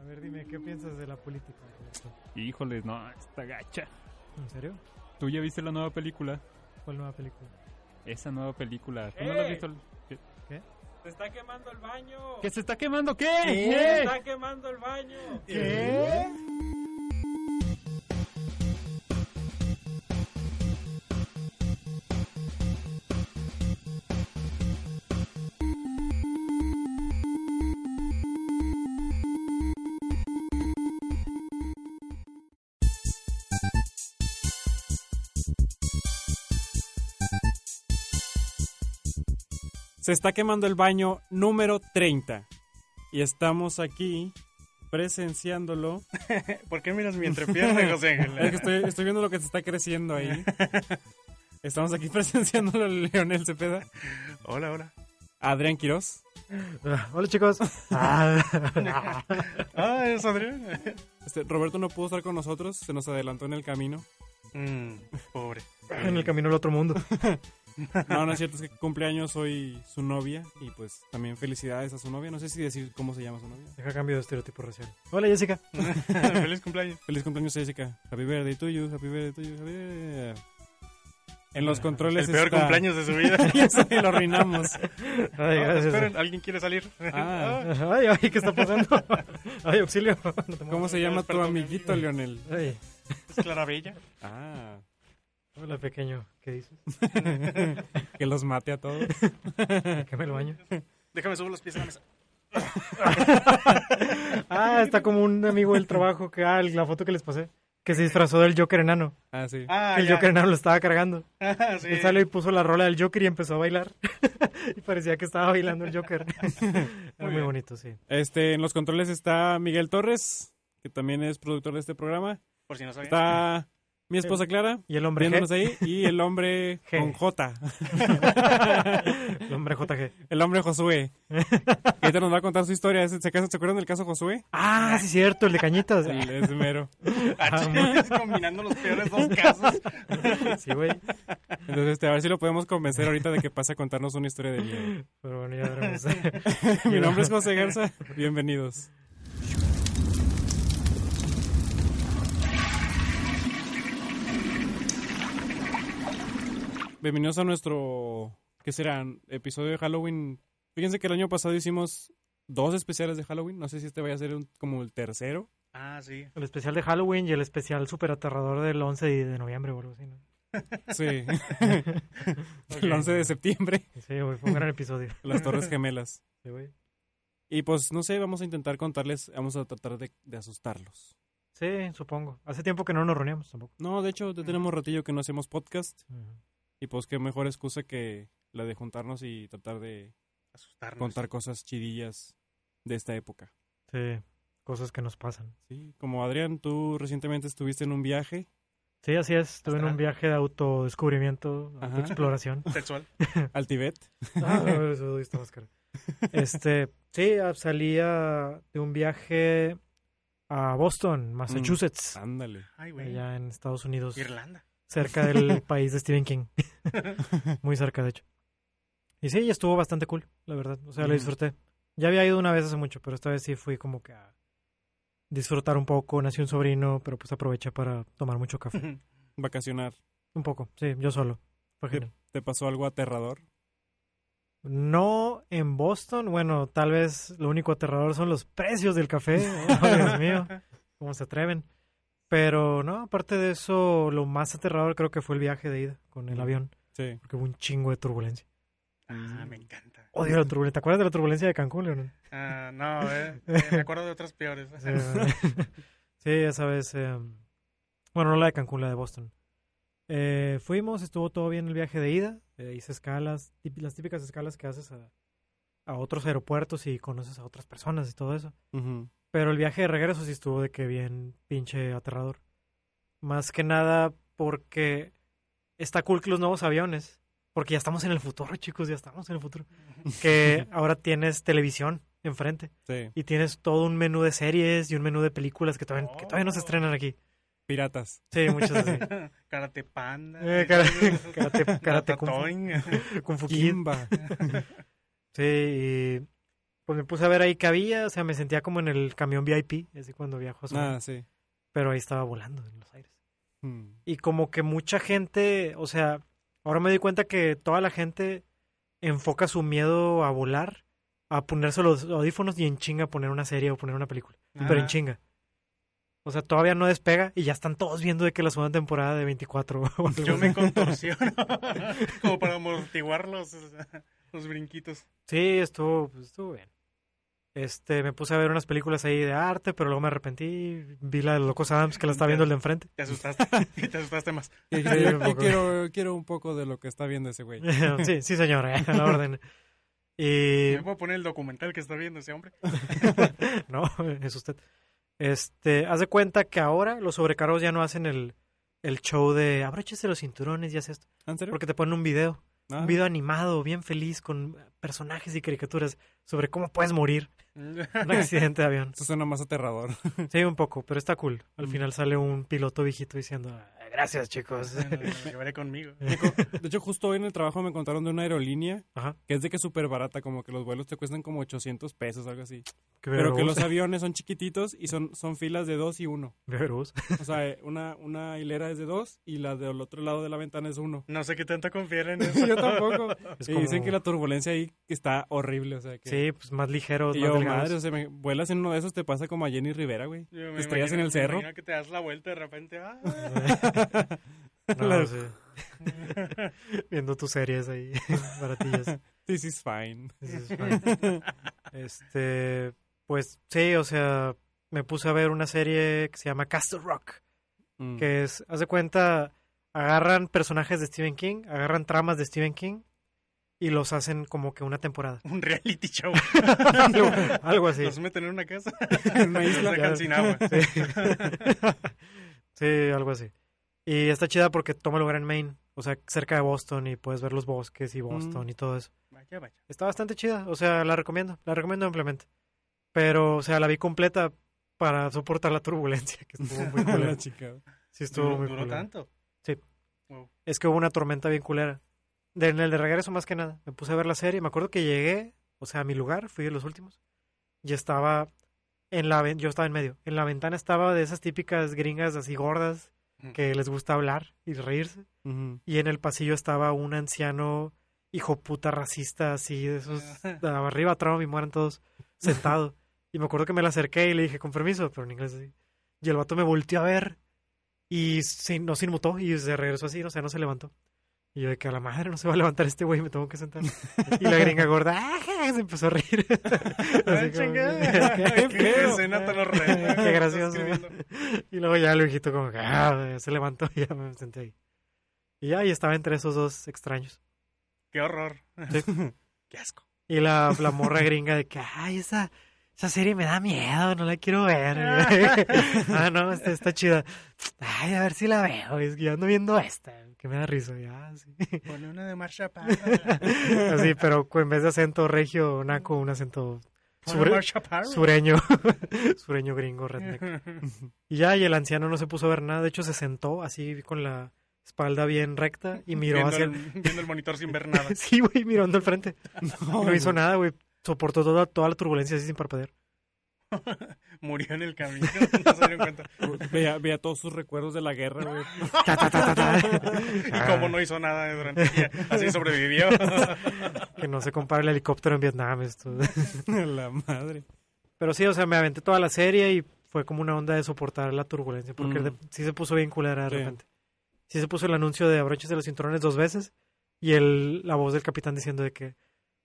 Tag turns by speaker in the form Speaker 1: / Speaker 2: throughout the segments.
Speaker 1: A ver, dime, ¿qué piensas de la política?
Speaker 2: Híjoles, no, está gacha.
Speaker 1: ¿En serio?
Speaker 2: ¿Tú ya viste la nueva película?
Speaker 1: ¿Cuál nueva película?
Speaker 2: Esa nueva película. ¿Tú no la has
Speaker 3: ¡Eh!
Speaker 2: visto? ¿Qué?
Speaker 3: Se está quemando el baño.
Speaker 2: ¿Que se está quemando? ¿Qué?
Speaker 3: Se
Speaker 2: ¿Qué?
Speaker 3: está quemando el baño. Se está quemando el baño número 30. Y estamos aquí presenciándolo.
Speaker 4: ¿Por qué miras mi entrepierna, José
Speaker 3: Es que
Speaker 4: Ángel?
Speaker 3: estoy, estoy viendo lo que se está creciendo ahí. Estamos aquí presenciándolo a Leonel Cepeda,
Speaker 4: hola, hola.
Speaker 3: a Adrián Quirós.
Speaker 1: Ah, Hola chicos. Ah,
Speaker 4: Ah, es Adrián.
Speaker 3: Este, Roberto no pudo estar con nosotros, se nos adelantó en el camino.
Speaker 4: Mm, pobre.
Speaker 1: en el camino al otro mundo.
Speaker 3: No, no es cierto, es que cumpleaños hoy su novia y pues también felicidades a su novia. No sé si decir cómo se llama su novia.
Speaker 1: Deja cambio de estereotipo racial. Hola Jessica.
Speaker 4: Feliz cumpleaños.
Speaker 3: Feliz cumpleaños, Jessica. Happy birthday to you, happy birthday to you, happy birthday. En los controles
Speaker 4: El peor
Speaker 3: está-
Speaker 4: cumpleaños de su vida.
Speaker 3: Ya sé, lo arruinamos.
Speaker 1: Ay,
Speaker 4: Ah,
Speaker 1: gracias.
Speaker 4: esperen, ¿alguien quiere salir?
Speaker 3: Ah.
Speaker 1: Ay, ay, ¿qué está pasando? Ay, auxilio. No te
Speaker 3: ¿Cómo se llama tu
Speaker 4: Despertó mi
Speaker 3: amiguito,
Speaker 4: amigo.
Speaker 3: Leonel?
Speaker 1: muevas. Ay,
Speaker 4: es Clarabella.
Speaker 3: Ah,
Speaker 1: hola pequeño, ¿qué dices?
Speaker 3: que los mate a todos.
Speaker 1: Que me lo baño.
Speaker 4: Déjame subir los pies a la mesa.
Speaker 1: Ah, está como un amigo del trabajo que, ah, la foto que les pasé, que se disfrazó del Joker enano.
Speaker 3: Ah, sí.
Speaker 4: Ah,
Speaker 1: el
Speaker 4: ya.
Speaker 1: Joker enano lo estaba cargando.
Speaker 4: Ah, sí.
Speaker 1: Él salió y puso la rola del Joker y empezó a bailar. y parecía que estaba bailando el Joker. Era muy
Speaker 4: bien.
Speaker 1: bonito, sí.
Speaker 3: Este, en los controles está Miguel Torres, que también es productor de este programa.
Speaker 4: Por si no sabían.
Speaker 3: Está mi esposa Clara,
Speaker 1: Y el hombre
Speaker 3: viéndonos
Speaker 1: G,
Speaker 3: ahí, y el hombre
Speaker 1: G.
Speaker 3: con J,
Speaker 1: el hombre JG.
Speaker 3: el hombre Josué. Que ahorita nos va a contar su historia. ¿Se, se acaso- se acuerdan del caso Josué?
Speaker 1: Ah, sí, cierto, el de cañitas.
Speaker 3: El- Es mero.
Speaker 4: Ah, chingas, combinando los peores dos casos.
Speaker 1: Sí, güey.
Speaker 3: Entonces, este, a ver si lo podemos convencer ahorita de que pase a contarnos una historia de miedo.
Speaker 1: Pero bueno, ya veremos.
Speaker 3: Mi nombre es José Garza. Bienvenidos. Bienvenidos a nuestro, ¿qué será? Episodio de Halloween. Fíjense que el año pasado hicimos dos especiales de Halloween. No sé si este vaya a ser un- como el tercero.
Speaker 4: Ah, sí.
Speaker 1: El especial de Halloween y el especial súper aterrador del 11 de de noviembre o algo así, ¿no?
Speaker 3: Sí. El 11 de septiembre.
Speaker 1: Sí, güey, fue un gran episodio.
Speaker 3: Las Torres Gemelas.
Speaker 1: Sí, güey.
Speaker 3: Y pues no sé, vamos a intentar contarles, vamos a tratar de, de asustarlos.
Speaker 1: Sí, supongo. Hace tiempo que no nos reuníamos tampoco.
Speaker 3: No, de hecho, ya tenemos ratillo que no hacemos podcast
Speaker 1: Ujú.
Speaker 3: y pues qué mejor excusa que la de juntarnos y tratar de
Speaker 4: Asustarnos.
Speaker 3: contar cosas chidillas de esta época.
Speaker 1: Sí, cosas que nos pasan.
Speaker 3: Sí, como Adrián, tú recientemente estuviste en un viaje.
Speaker 1: Sí, así es. Estuve en
Speaker 4: Astral.
Speaker 1: un viaje de autodescubrimiento,
Speaker 3: Ajá.
Speaker 1: exploración.
Speaker 4: Sexual.
Speaker 3: Al Tibet.
Speaker 1: Ah, eso está más caro. Este, sí, ah, salía de un viaje a Boston, Massachusetts,
Speaker 3: Ándale.
Speaker 4: Ay, güey.
Speaker 1: allá en Estados Unidos,
Speaker 4: Irlanda.
Speaker 1: cerca del país de Stephen King. Muy cerca, de hecho. Y sí, y estuvo bastante cool, la verdad. O sea, lo
Speaker 3: Ujú.
Speaker 1: disfruté. Ya había ido una vez hace mucho, pero esta vez sí fui como que a disfrutar un poco. Nació un sobrino, pero pues aproveché para tomar mucho café.
Speaker 3: Vacacionar.
Speaker 1: un poco, sí, yo solo. Fue
Speaker 3: ¿Qué-
Speaker 1: genial.
Speaker 3: ¿Te pasó algo aterrador?
Speaker 1: No en Boston. Bueno, tal vez lo único aterrador son los precios del café. Oh, Dios mío, cómo se atreven. Pero no, aparte de eso, lo más aterrador creo que fue el viaje de ida con el avión,
Speaker 3: Sí.
Speaker 1: porque hubo un chingo de turbulencia.
Speaker 4: Ah, me encanta.
Speaker 1: Odio la turbulencia. ¿Te acuerdas de la turbulencia de Cancún, Leonel?
Speaker 4: Ah, no, eh. eh, Me acuerdo de otras peores.
Speaker 1: Sí, sí, esa vez. eh, bueno, no la de Cancún, la de Boston. Eh, fuimos, estuvo todo bien el viaje de ida. eh, hice escalas, típ- las típicas escalas que haces a, a otros aeropuertos y conoces a otras personas y todo eso.
Speaker 3: Ujú.
Speaker 1: Pero el viaje de regreso sí estuvo de que bien pinche aterrador. Más que nada porque está cool que los nuevos aviones, porque ya estamos en el futuro, chicos, ya estamos en el futuro. Que ahora tienes televisión enfrente
Speaker 3: Sí.
Speaker 1: y tienes todo un menú de series y un menú de películas que todavía, que todavía no se
Speaker 4: Oh.
Speaker 1: estrenan aquí.
Speaker 3: Piratas.
Speaker 1: Sí, muchas así.
Speaker 4: Karate Panda.
Speaker 1: Eh, karate, karate, karate kung,
Speaker 4: Ratatouille.
Speaker 1: fu- kung fu kid.
Speaker 3: Kimba.
Speaker 1: Sí, y, pues me puse a ver ahí qué había, o sea, me sentía como en el camión VIP, así cuando viajo a Sonora,
Speaker 4: Ah.
Speaker 3: Nada, sí.
Speaker 1: pero ahí estaba volando en los aires.
Speaker 3: Mm.
Speaker 1: Y como que mucha gente, o sea, ahora me di cuenta que toda la gente enfoca su miedo a volar, a ponerse los audífonos y en chinga poner una serie o poner una película, pero en
Speaker 4: Ah.
Speaker 1: chinga. O sea, todavía no despega y ya están todos viendo de que la segunda temporada de 24 o algo
Speaker 4: Yo
Speaker 1: así.
Speaker 4: me contorsiono como para amortiguar los, los brinquitos.
Speaker 1: Sí, estuvo, pues, estuvo bien. Este, me puse a ver unas películas ahí de arte, pero luego me arrepentí. Vi la de Locos Adams, que la está viendo el de enfrente.
Speaker 4: Te asustaste. Y te asustaste más.
Speaker 3: Y
Speaker 1: Sí,
Speaker 3: dije,
Speaker 1: un
Speaker 3: "Yo
Speaker 1: poco.
Speaker 3: quiero, quiero un poco de lo que está viendo ese güey.
Speaker 1: sí, sí, señora, a la orden. Y
Speaker 4: Me voy a poner el documental que está viendo ese hombre.
Speaker 1: no, es usted. Este, haz de cuenta que ahora los sobrecargos ya no hacen el, el show de abróchese los cinturones y haz esto.
Speaker 3: ¿En serio?
Speaker 1: Porque te ponen un video,
Speaker 3: Ah,
Speaker 1: un video animado, bien feliz, con personajes y caricaturas sobre cómo puedes morir en un accidente de avión.
Speaker 3: Eso suena más aterrador.
Speaker 1: Sí, un poco, pero está cool. Al final sale un piloto viejito diciendo, "Ah, gracias chicos.
Speaker 4: Bueno, lo llevaré conmigo.
Speaker 3: De hecho, justo hoy en el trabajo me contaron de una aerolínea
Speaker 1: Ajá.
Speaker 3: que es de que es súper barata, como que los vuelos te cuestan como 800 pesos, algo así.
Speaker 1: Qué
Speaker 3: Pero que
Speaker 1: vergüenza.
Speaker 3: los aviones son chiquititos y son, son filas de dos y uno.
Speaker 1: Verus.
Speaker 3: O sea, eh, una, una hilera es de dos y la del otro lado de la ventana es uno.
Speaker 4: No sé qué tanto confiar en eso.
Speaker 3: Yo tampoco.
Speaker 1: Es
Speaker 3: Y dicen
Speaker 1: como-
Speaker 3: que la turbulencia ahí está horrible, o sea que...
Speaker 1: Sí, pues más ligeros,
Speaker 3: Y
Speaker 1: más
Speaker 3: yo,
Speaker 1: delgados.
Speaker 3: madre, o sea, me- vuelas en uno de esos, te pasa como a Jenny Rivera, güey.
Speaker 4: Yo me
Speaker 3: Te estrellas
Speaker 4: imagino-
Speaker 3: en el
Speaker 4: me
Speaker 3: cerro.
Speaker 4: imagino que te das la vuelta de repente. ah,
Speaker 1: No,
Speaker 3: La-
Speaker 1: sí. Viendo tus series ahí, baratillas.
Speaker 3: This is fine.
Speaker 1: This is fine. Este, pues sí, o sea, me puse a ver una serie que se llama Castle Rock.
Speaker 3: Mm.
Speaker 1: que es, haz de cuenta, agarran personajes de Stephen King, agarran tramas de Stephen King y los hacen como que una temporada.
Speaker 4: un reality show.
Speaker 1: algo, algo así.
Speaker 4: Los meten en una casa.
Speaker 3: En una
Speaker 4: Los
Speaker 3: isla.
Speaker 4: sacan sin agua.
Speaker 1: Sí. Sí, algo así. Y está chida porque toma lugar en Maine, o sea, cerca de Boston y puedes ver los bosques y Boston
Speaker 3: Mm.
Speaker 1: y todo eso.
Speaker 4: Vaya, vaya.
Speaker 1: Está bastante chida, o sea, la recomiendo, la recomiendo ampliamente. Pero, o sea, la vi completa para soportar la turbulencia, que estuvo muy
Speaker 3: La
Speaker 1: culera.
Speaker 3: chica.
Speaker 1: Sí, estuvo
Speaker 4: Duró,
Speaker 1: muy
Speaker 4: duró
Speaker 1: culera.
Speaker 4: tanto.
Speaker 1: es que hubo una tormenta bien culera. De, en el de regreso, más que nada. Me puse a ver la serie. Me acuerdo que llegué, o sea, a mi lugar, fui de los últimos. Y estaba en la ven- yo estaba en medio. En la ventana estaba de esas típicas gringas así gordas
Speaker 4: Ujú.
Speaker 1: que les gusta hablar y reírse.
Speaker 3: Ujú.
Speaker 1: Y en el pasillo estaba un anciano hijo puta racista así, de esos de arriba Trump y mueran todos sentado. Y me acuerdo que me le acerqué y le dije, con permiso, pero en inglés así. Y el vato me volteó a ver y se- no se inmutó y se regresó así, o sea, no se levantó. Y yo de que a la madre no se va a levantar este güey, me tengo que sentar. Y la gringa gorda ¡ah! se empezó a reír.
Speaker 4: Ah,
Speaker 1: Así como-
Speaker 4: chingada. Ay, Qué
Speaker 1: feo.
Speaker 4: escena tan horrenda.
Speaker 1: Qué gracioso.
Speaker 4: Estás escribiendo.
Speaker 1: Y luego ya el viejito como que ah, se levantó y ya me senté ahí. Y ya y estaba entre esos dos extraños.
Speaker 4: Qué horror.
Speaker 1: Qué asco. Y la, la morra gringa de que, ay, esa, esa serie me da miedo, no la quiero ver. ah, no, está, está chida. Ay, a ver si la veo. Es que yo ando viendo esta, que me da risa. Ya, sí.
Speaker 4: Pone una de marcha para.
Speaker 1: Así, pero con- en vez de acento regio, naco, un acento
Speaker 4: Pone
Speaker 1: sure-
Speaker 4: marcha para.
Speaker 1: sureño, sureño gringo, redneck. Y ya, y el anciano no se puso a ver nada. De hecho, se sentó así con la espalda bien recta y miró
Speaker 4: viendo,
Speaker 1: hacia el...
Speaker 4: el, viendo el monitor sin ver nada.
Speaker 1: Sí, güey, mirando al frente.
Speaker 3: No,
Speaker 1: No hizo
Speaker 3: güey.
Speaker 1: nada, güey. Soportó toda, toda la turbulencia así sin parpadear.
Speaker 4: Murió en el camino. No se dieron cuenta.
Speaker 3: Veía, veía todos sus recuerdos de la guerra, güey.
Speaker 1: Ta, ta, ta, ta, ta.
Speaker 4: Y como no hizo nada durante el día. Así sobrevivió.
Speaker 1: Que no se compara el helicóptero en Vietnam. Esto.
Speaker 3: la madre.
Speaker 1: Pero sí, o sea, me aventé toda la serie y fue como una onda de soportar la turbulencia. Porque
Speaker 3: Mm.
Speaker 1: de- sí se puso bien culera de
Speaker 3: Sí.
Speaker 1: repente. Sí se puso el anuncio de abróchese los cinturones dos veces. Y el, la voz del capitán diciendo de que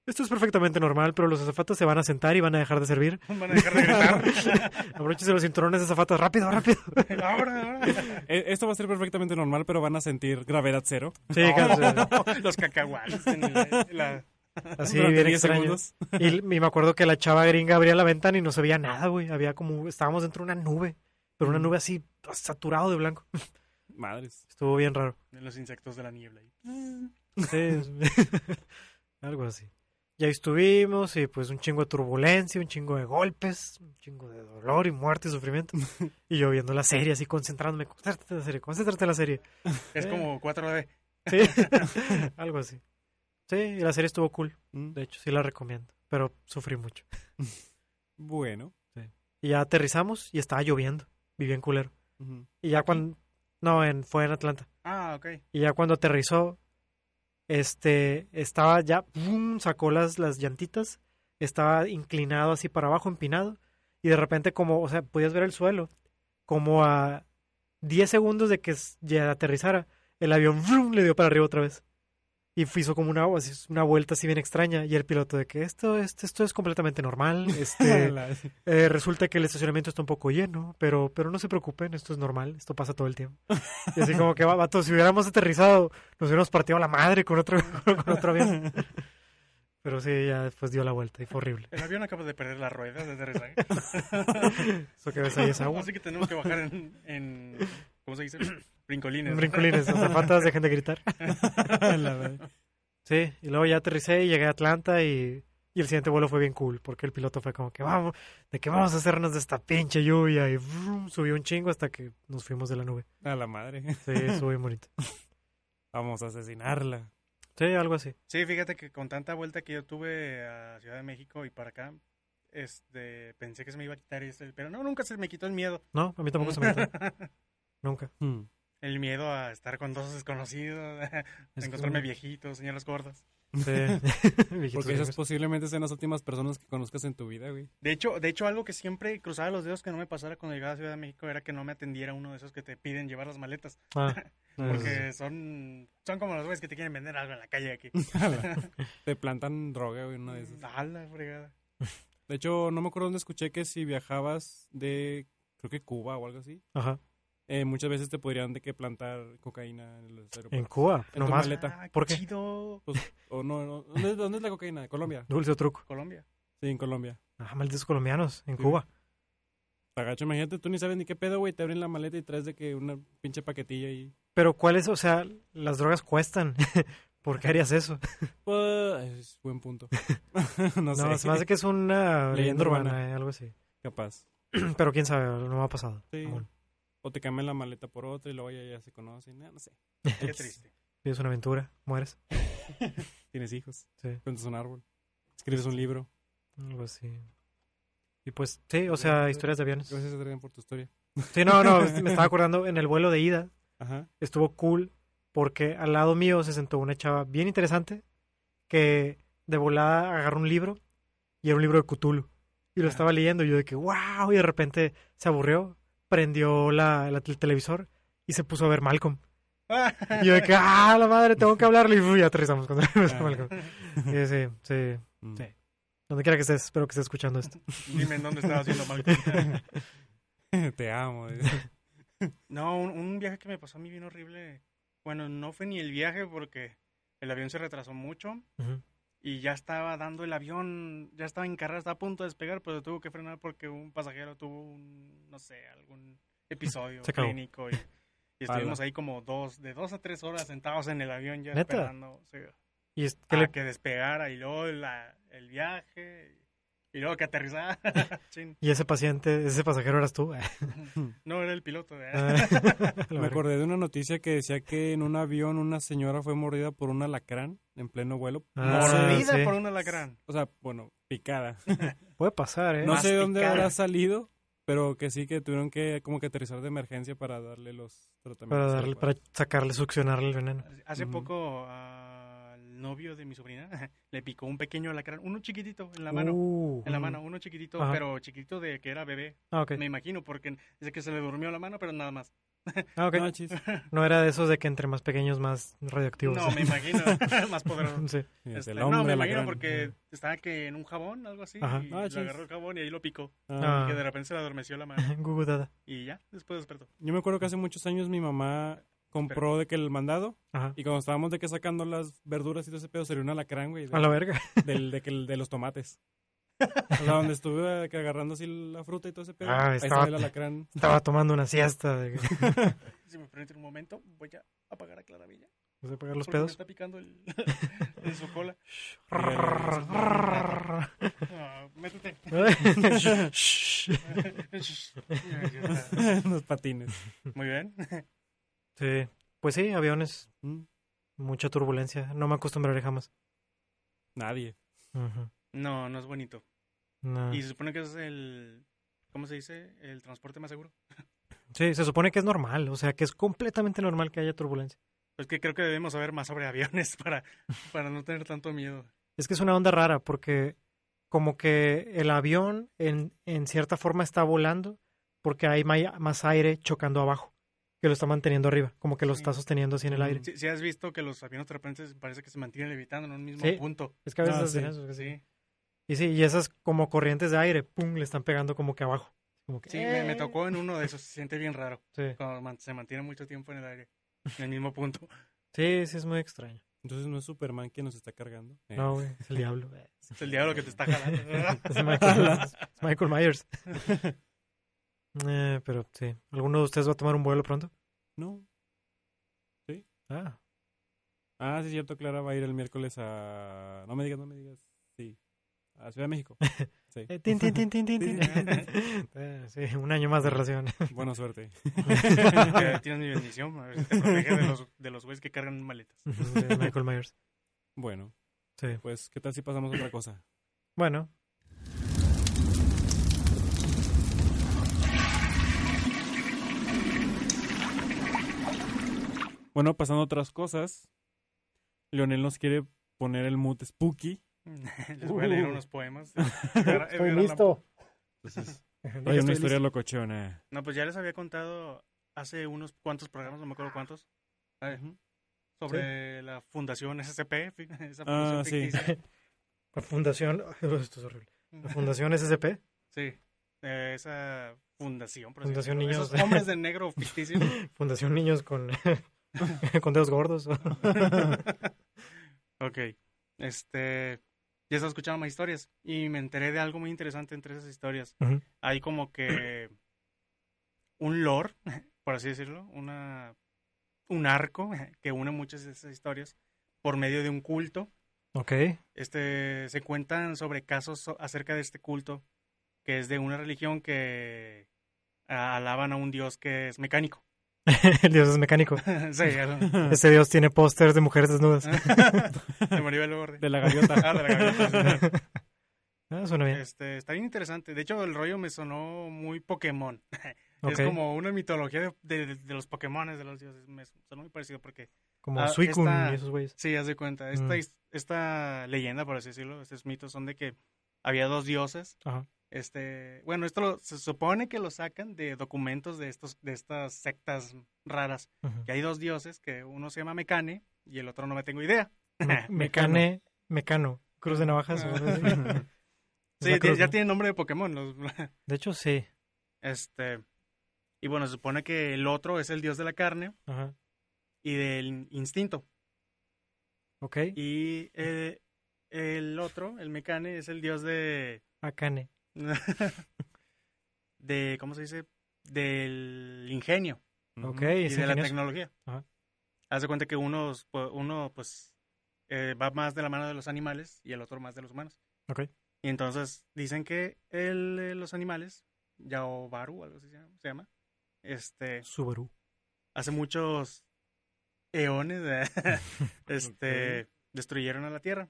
Speaker 1: esto es perfectamente normal, pero los azafatas se van a sentar y van a dejar de servir.
Speaker 4: Van a dejar de gritar.
Speaker 1: Abróchese los cinturones, azafatas, rápido, rápido.
Speaker 4: Ahora, ahora.
Speaker 3: Eh, Esto va a ser perfectamente normal, pero van a sentir gravedad cero.
Speaker 1: Sí,
Speaker 4: No,
Speaker 1: cabrón,
Speaker 4: los cacahuates en la- la-
Speaker 1: así
Speaker 3: Durante
Speaker 1: bien
Speaker 3: 10
Speaker 1: extraño.
Speaker 3: segundos.
Speaker 1: Y, l- y me acuerdo que la chava gringa abría la ventana y no se veía nada, güey. Había como, estábamos dentro de una nube, pero una nube así saturado de blanco.
Speaker 3: Madres.
Speaker 1: Estuvo bien raro.
Speaker 4: de los insectos de la niebla.
Speaker 1: Algo así. Y ahí estuvimos y pues un chingo de turbulencia, un chingo de golpes, un chingo de dolor y muerte y sufrimiento. Y yo viendo la serie así, concentrándome, concéntrate en la serie, concéntrate en la serie.
Speaker 4: Es
Speaker 1: Eh.
Speaker 4: como 4D.
Speaker 1: Sí, algo así. Sí, y la serie estuvo cool.
Speaker 3: Mm.
Speaker 1: De hecho, sí la recomiendo. pero sufrí mucho.
Speaker 3: Bueno.
Speaker 1: Y ya aterrizamos y estaba lloviendo. Viví en culero. Y ya cuando... No, en, fue en Atlanta.
Speaker 4: Ah, ok.
Speaker 1: Y ya cuando aterrizó, este, estaba ya, ¡bum! sacó las, las llantitas, estaba inclinado así para abajo, empinado, y de repente como, o sea, podías ver el suelo, como a 10 segundos de que s- ya aterrizara, el avión ¡vrum! le dio para arriba otra vez. Y fue- hizo como una, así, una vuelta así bien extraña. Y el piloto de que esto, esto, esto es completamente normal. Este, eh, resulta que el estacionamiento está un poco lleno, pero, pero no se preocupen, esto es normal, esto pasa todo el tiempo. Y así como que, va- vato, si hubiéramos aterrizado, nos hubiéramos partido la madre con otro, con otro avión. Pero sí, ya después dio la vuelta y fue horrible.
Speaker 4: El avión acaba de perder las ruedas de aterrizaje.
Speaker 1: Eso que ves ahí es agua.
Speaker 4: Así que tenemos que bajar en. en- ¿Cómo se dice? Brincolines.
Speaker 1: Brincolines, azafatas, dejen de gritar.
Speaker 3: La verdad.
Speaker 1: Sí, y luego ya aterricé y llegué a Atlanta y, y el siguiente vuelo fue bien cool, porque el piloto fue como que vamos, de que vamos a hacernos de esta pinche lluvia y vroom, subió un chingo hasta que nos fuimos de la nube.
Speaker 3: A la madre.
Speaker 1: Sí, estuvo bien bonito.
Speaker 3: Vamos a asesinarla.
Speaker 1: Sí, algo así.
Speaker 4: Sí, fíjate que con tanta vuelta que yo tuve a Ciudad de México y para acá, este, pensé que se me iba a quitar ese. Pero no, nunca se me quitó el miedo.
Speaker 1: No, a mí tampoco se me quitó. Nunca.
Speaker 3: Hmm.
Speaker 4: El miedo a estar con dos desconocidos, a
Speaker 1: Es
Speaker 4: encontrarme
Speaker 1: como-
Speaker 4: viejitos, señoras gordas.
Speaker 1: Sí.
Speaker 3: Porque esas posiblemente sean las últimas personas que conozcas en tu vida, güey.
Speaker 4: De hecho, de hecho, algo que siempre cruzaba los dedos que no me pasara cuando llegaba a Ciudad de México era que no me atendiera uno de esos que te piden llevar las maletas.
Speaker 1: Ah, no, eso sí.
Speaker 4: Porque son, son como los güeyes que te quieren vender algo en la calle aquí.
Speaker 3: Te plantan droga, güey, una de esas.
Speaker 4: A la fregada.
Speaker 3: De hecho, no me acuerdo dónde escuché que si viajabas de, creo que Cuba o algo así,
Speaker 1: Ajá.
Speaker 3: eh, muchas veces te podrían de que plantar cocaína en los
Speaker 1: En
Speaker 3: aeropuertos.
Speaker 1: Cuba,
Speaker 3: En tu
Speaker 1: nomás.
Speaker 3: maleta. Neta,
Speaker 4: Ah,
Speaker 1: ¿por
Speaker 4: qué
Speaker 1: qué?
Speaker 4: chido.
Speaker 3: O no, no. ¿Dónde, dónde es la cocaína? Colombia.
Speaker 1: Dulce o truco.
Speaker 4: Colombia.
Speaker 3: Sí, en Colombia.
Speaker 1: Ah, malditos colombianos, en
Speaker 3: Sí.
Speaker 1: Cuba.
Speaker 3: Tagacho, imagínate, tú ni sabes ni qué pedo, güey. Te abren la maleta y traes de que una pinche paquetilla y...
Speaker 1: Pero ¿cuáles? O sea, las drogas cuestan. ¿Por qué harías eso?
Speaker 3: Pues, es buen punto. no sé.
Speaker 1: No, se me hace que es una leyenda
Speaker 3: Leyenda
Speaker 1: urbana,
Speaker 3: urbana.
Speaker 1: eh, algo así.
Speaker 3: Capaz.
Speaker 1: Pero quién sabe, no me ha pasado.
Speaker 3: Sí.
Speaker 1: Aún.
Speaker 3: O te cambian la maleta por otra y luego ya, ya se conocen. No, no sé.
Speaker 4: Qué
Speaker 3: X.
Speaker 4: triste.
Speaker 1: Vives una aventura, mueres.
Speaker 3: Tienes hijos.
Speaker 1: Sí.
Speaker 3: Plantas un árbol. Escribes un libro.
Speaker 1: Algo así. Y pues, sí, o sea, historias de aviones.
Speaker 3: Gracias, Adrián, por tu historia.
Speaker 1: Sí, no, no, me estaba acordando en el vuelo de ida,
Speaker 3: Ajá.
Speaker 1: estuvo cool porque al lado mío se sentó una chava bien interesante que de volada agarró un libro y era un libro de Cthulhu y lo estaba leyendo y yo de que wow y de repente se aburrió, prendió la, la- el televisor y se puso a ver Malcolm. Y yo de que ah, la madre, tengo que hablarle y uy, aterrizamos con Malcolm. Sí, sí, sí.
Speaker 3: Mm.
Speaker 1: Sí. Donde quiera que estés, espero que estés escuchando esto.
Speaker 4: Dime en dónde estaba haciendo mal.
Speaker 3: Te amo. eh. güey.
Speaker 4: No, un, un viaje que me pasó a mí bien horrible. Bueno, no fue ni el viaje porque el avión se retrasó mucho
Speaker 1: Ujú.
Speaker 4: y ya estaba dando el avión, ya estaba en carrera, estaba a punto de despegar, pero tuvo que frenar porque un pasajero tuvo un, no sé, algún episodio
Speaker 1: Se acabó.
Speaker 4: clínico y, y estuvimos ahí como dos, de dos a tres horas sentados en el avión ya
Speaker 1: ¿Neta?
Speaker 4: esperando sí,
Speaker 1: Y es que
Speaker 4: a
Speaker 1: le-
Speaker 4: que despegara y luego la- el viaje y, luego que aterrizara. Chin.
Speaker 1: y ese paciente, ese pasajero eras tú.
Speaker 4: No, era el piloto. ¿eh?
Speaker 1: Me
Speaker 3: Me acordé de una noticia que decía que en un avión una señora fue mordida por un alacrán en pleno vuelo.
Speaker 1: Ah,
Speaker 4: Mordida
Speaker 1: sí.
Speaker 4: por un alacrán.
Speaker 3: O sea, bueno, picada.
Speaker 1: Puede pasar, ¿eh?
Speaker 3: No sé de dónde
Speaker 4: Masticada.
Speaker 3: habrá salido, pero que sí que tuvieron que como que aterrizar de emergencia para darle los tratamientos.
Speaker 1: Para, darle, para
Speaker 3: adecuados.
Speaker 1: sacarle, succionarle el veneno.
Speaker 4: Hace
Speaker 3: Ujú.
Speaker 4: poco al novio de mi sobrina le picó un pequeño alacrán, uno chiquitito en la mano.
Speaker 1: Uh.
Speaker 4: En la mano, uno chiquitito,
Speaker 1: Ajá.
Speaker 4: pero chiquitito de que era bebé,
Speaker 1: Ah, ok.
Speaker 4: me imagino, porque dice que se le durmió la mano, pero nada más.
Speaker 1: Ah, ok.
Speaker 3: No, chis.
Speaker 1: No era de esos de que entre más pequeños más radioactivos.
Speaker 4: No, me imagino, más poderoso.
Speaker 1: Sí.
Speaker 4: Este,
Speaker 3: Este, el
Speaker 4: no,
Speaker 3: hombre
Speaker 4: me
Speaker 3: alacrán.
Speaker 4: imagino porque estaba que en un jabón, algo así,
Speaker 1: Ajá.
Speaker 4: y
Speaker 3: Ah,
Speaker 4: le
Speaker 3: chis.
Speaker 4: agarró el jabón y ahí lo picó,
Speaker 3: Ah,
Speaker 1: Ah.
Speaker 4: y que de repente se le adormeció la mano,
Speaker 1: Gugu Dada.
Speaker 4: y ya, después despertó.
Speaker 3: Yo me acuerdo que hace muchos años mi mamá compró de que el mandado
Speaker 1: Ajá.
Speaker 3: y cuando estábamos de que sacando las verduras y todo ese pedo salió un alacrán, güey, de,
Speaker 1: A la verga.
Speaker 3: del- de, que el- de los tomates. O sea, donde estuve de que agarrando así la fruta y todo ese pedo.
Speaker 1: Ah,
Speaker 3: ahí
Speaker 1: estaba-
Speaker 3: salió el alacrán.
Speaker 1: Estaba tomando una siesta. De...
Speaker 4: Si me permite un momento, voy a apagar a Claravilla,
Speaker 1: No sé, pagar los
Speaker 4: porque me
Speaker 1: pedos.
Speaker 4: está picando el, en su cola. Ah, métete.
Speaker 3: los patines.
Speaker 4: Muy bien.
Speaker 1: sí. Pues sí, aviones.
Speaker 3: Mm,
Speaker 1: Mucha turbulencia. No me acostumbraré jamás.
Speaker 3: Nadie.
Speaker 1: Ujú.
Speaker 4: No, no es bonito.
Speaker 1: No.
Speaker 4: Y se supone que es el. ¿Cómo se dice? El transporte más seguro.
Speaker 1: Sí, se supone que es normal, o sea, que es completamente normal que haya turbulencia.
Speaker 4: Pues que creo que debemos saber más sobre aviones para, para no tener tanto miedo.
Speaker 1: Es que es una onda rara porque como que el avión en, en cierta forma está volando porque hay may- más aire chocando abajo que lo está manteniendo arriba, como que lo
Speaker 4: Sí.
Speaker 1: está sosteniendo así en el aire.
Speaker 4: Si, si has visto que los aviones de repente parece que se mantienen levitando en un mismo
Speaker 1: Sí.
Speaker 4: punto.
Speaker 1: Es que a veces
Speaker 3: Ah,
Speaker 1: hacen
Speaker 3: sí.
Speaker 1: eso, que sí.
Speaker 4: Sí,
Speaker 1: Y sí, y esas como corrientes de aire, pum, le están pegando como que abajo. Como que,
Speaker 4: sí me, me
Speaker 1: ¡eh!
Speaker 4: tocó en uno de esos. Se siente bien raro.
Speaker 1: Sí.
Speaker 4: Cuando man- se mantiene mucho tiempo en el aire. En el mismo punto.
Speaker 1: sí, sí, es muy extraño.
Speaker 3: Entonces no es Superman quien nos está cargando. Eh,
Speaker 1: No, güey, es el diablo.
Speaker 4: Es el diablo que te está jalando.
Speaker 1: Es Michael, es Michael Myers. Eh, pero sí, ¿alguno de ustedes va a tomar un vuelo pronto?
Speaker 3: No.
Speaker 1: Ah,
Speaker 3: Ah, sí, es cierto, Clara va a ir el miércoles a. No me digas, no me digas. Sí. A Ciudad de México. Sí.
Speaker 1: Eh, tin, tin, tin, tin, tin, tin. Eh, Sí, un año más de relación.
Speaker 3: Buena suerte.
Speaker 4: Que Tienes mi bendición. a ver si te protege de los, de los güeyes que cargan maletas.
Speaker 1: De Michael Myers.
Speaker 3: Bueno,
Speaker 1: Sí.
Speaker 3: pues, ¿qué tal si pasamos a otra cosa?
Speaker 1: Bueno,
Speaker 3: Bueno, pasando a otras cosas. Leonel nos quiere poner el mood spooky.
Speaker 4: Les voy a
Speaker 1: Uh.
Speaker 4: leer unos poemas.
Speaker 3: Entonces,
Speaker 1: Dije,
Speaker 3: hay una
Speaker 1: "Estoy
Speaker 3: historia
Speaker 1: listo".
Speaker 3: locochona.
Speaker 4: No, pues ya les había contado hace unos cuantos programas, no me acuerdo cuántos, Ay.
Speaker 3: Ujú.
Speaker 4: sobre la fundación SCP, esa fundación
Speaker 3: Ah, sí.
Speaker 4: ficticia.
Speaker 1: La fundación... Esto es horrible. La fundación SCP.
Speaker 4: Sí, eh, esa fundación. por así
Speaker 1: Fundación
Speaker 4: decirlo.
Speaker 1: Niños.
Speaker 4: Esos hombres de negro ficticios.
Speaker 1: Fundación Niños con, con dedos gordos.
Speaker 4: ok, este, ya estaba escuchando más historias y me enteré de algo muy interesante entre esas historias.
Speaker 1: Ujú.
Speaker 4: Hay como que un lore, por así decirlo, una, un arco que une muchas de esas historias por medio de un culto.
Speaker 1: ok.
Speaker 4: este, se cuentan sobre casos so- acerca de este culto, que es de una religión que a- alaban a un dios que es mecánico.
Speaker 1: El dios es mecánico.
Speaker 4: sí, algo-
Speaker 1: Ese dios tiene pósters de mujeres
Speaker 4: Ah.
Speaker 1: desnudas.
Speaker 4: se me olvidó el orden.
Speaker 3: De la gaviota.
Speaker 4: Ah, de la gaviota, sí.
Speaker 1: Ah, suena bien.
Speaker 4: Este, está bien interesante. De hecho, el rollo me sonó muy Pokémon.
Speaker 1: Ok.
Speaker 4: Es como una mitología de, de- de los Pokémon, de los dioses. Me sonó muy parecido porque,
Speaker 1: Como
Speaker 4: ah,
Speaker 1: Suicune
Speaker 4: esta-
Speaker 1: y esos güeyes.
Speaker 4: sí, haz de cuenta. Esta,
Speaker 1: Mm.
Speaker 4: his- esta leyenda, por así decirlo, estos mitos son de que había dos dioses
Speaker 1: Ajá.
Speaker 4: Este, bueno, esto lo- se supone que lo sacan de documentos de estos, de estas sectas raras.
Speaker 1: Ujú.
Speaker 4: Que hay dos dioses, que uno se llama Mecane y el otro no me tengo idea.
Speaker 1: Me- Mecane, Mecano. Cruz de navajas. o algo así. Es
Speaker 4: Sí,
Speaker 1: la
Speaker 4: tie-
Speaker 1: cruz,
Speaker 4: ya
Speaker 1: ¿no?
Speaker 4: tiene nombre de Pokémon. los-
Speaker 1: De hecho, sí.
Speaker 4: este, y bueno, se supone que el otro es el dios de la carne
Speaker 1: Ajá.
Speaker 4: y del instinto.
Speaker 1: Ok.
Speaker 4: Y eh, el otro, el Mecane, es el dios de,
Speaker 1: Akane.
Speaker 4: de, ¿cómo se dice? Del ingenio.
Speaker 1: Ok.
Speaker 3: Ujú.
Speaker 4: y
Speaker 1: Es
Speaker 4: de la
Speaker 1: ingenioso.
Speaker 4: tecnología.
Speaker 1: Ajá.
Speaker 4: Haz de cuenta que unos, pu- uno pues eh, va más de la mano de los animales y el otro más de los humanos.
Speaker 1: Ok.
Speaker 4: Y entonces dicen que el, eh, los animales, Yaobaru, algo así se llama, se llama, este,
Speaker 1: Subaru.
Speaker 4: hace muchos eones este, destruyeron a la Tierra.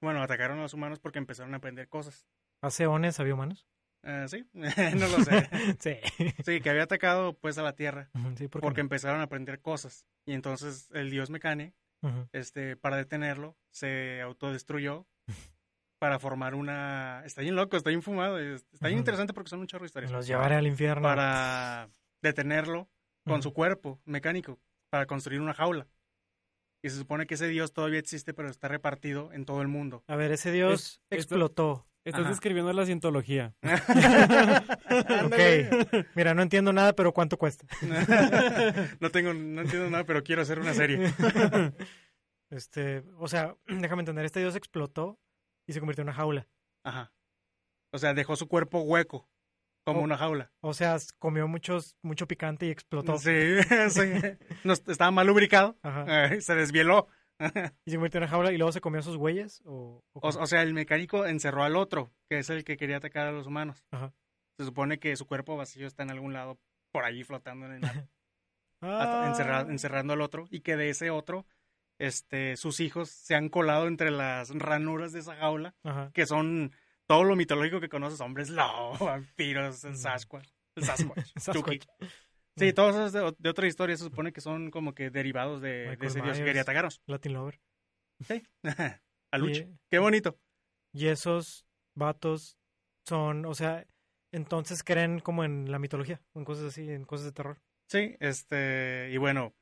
Speaker 4: Bueno, atacaron a los humanos porque empezaron a aprender cosas.
Speaker 1: ¿Hace ones había humanos?
Speaker 4: Eh, sí, no lo sé.
Speaker 1: sí.
Speaker 4: Sí, que había atacado pues a la Tierra
Speaker 1: Ujú, sí, ¿por qué
Speaker 4: porque
Speaker 1: no?
Speaker 4: empezaron a aprender cosas. Y entonces el dios Mecane
Speaker 1: Ujú.
Speaker 4: este, para detenerlo, se autodestruyó para formar una... Está bien loco, está bien fumado, es- está bien
Speaker 1: Ujú.
Speaker 4: interesante porque son un chorro de historias.
Speaker 1: Los llevaré al infierno.
Speaker 4: Para detenerlo con
Speaker 1: Ujú.
Speaker 4: su cuerpo mecánico, para construir una jaula. Y se supone que ese dios todavía existe, pero está repartido en todo el mundo.
Speaker 1: A ver, ese dios
Speaker 3: Es- esto-
Speaker 1: explotó.
Speaker 3: Estás
Speaker 4: Ajá.
Speaker 3: describiendo la cientología.
Speaker 4: Ándale.
Speaker 1: Mira, no entiendo nada, pero ¿cuánto cuesta?
Speaker 4: no tengo, no entiendo nada, pero quiero hacer una serie.
Speaker 1: Este, o sea, déjame entender, este dios explotó y se convirtió en una jaula.
Speaker 4: Ajá. O sea, dejó su cuerpo hueco, como
Speaker 1: Oh.
Speaker 4: una jaula.
Speaker 1: O sea, s- comió muchos, mucho picante y explotó.
Speaker 4: Sí, sí. No, estaba mal lubricado.
Speaker 1: Ajá.
Speaker 4: Eh, se desvieló.
Speaker 1: Y se convirtió en una jaula y luego se comió sus huellas. O, o
Speaker 4: O,
Speaker 1: cómo?
Speaker 4: o sea, el mecánico encerró al otro, que es el que quería atacar a los humanos.
Speaker 1: Ajá.
Speaker 4: Se supone que su cuerpo vacío está en algún lado, por allí flotando en el mar,
Speaker 1: Ah.
Speaker 4: at- encerra- encerrando al otro, y que de ese otro este, sus hijos se han colado entre las ranuras de esa jaula,
Speaker 1: Ajá.
Speaker 4: que son todo lo mitológico que conoces, hombres lobo, vampiros,
Speaker 1: Mm.
Speaker 4: Sasquatch, Sasquatch, Chucky.
Speaker 1: Sasquatch.
Speaker 4: Sí,
Speaker 1: Mm.
Speaker 4: todos esos de, de otra historia se supone que son como que derivados de,
Speaker 1: Michael
Speaker 4: de ese dios que
Speaker 1: Myers.
Speaker 4: quería atacarnos.
Speaker 1: Latin Lover.
Speaker 4: Sí, a Luch.
Speaker 1: Y-
Speaker 4: Qué bonito.
Speaker 1: Y esos vatos son, o sea, entonces creen como en la mitología, en cosas así, en cosas de terror.
Speaker 4: Sí, este, y bueno,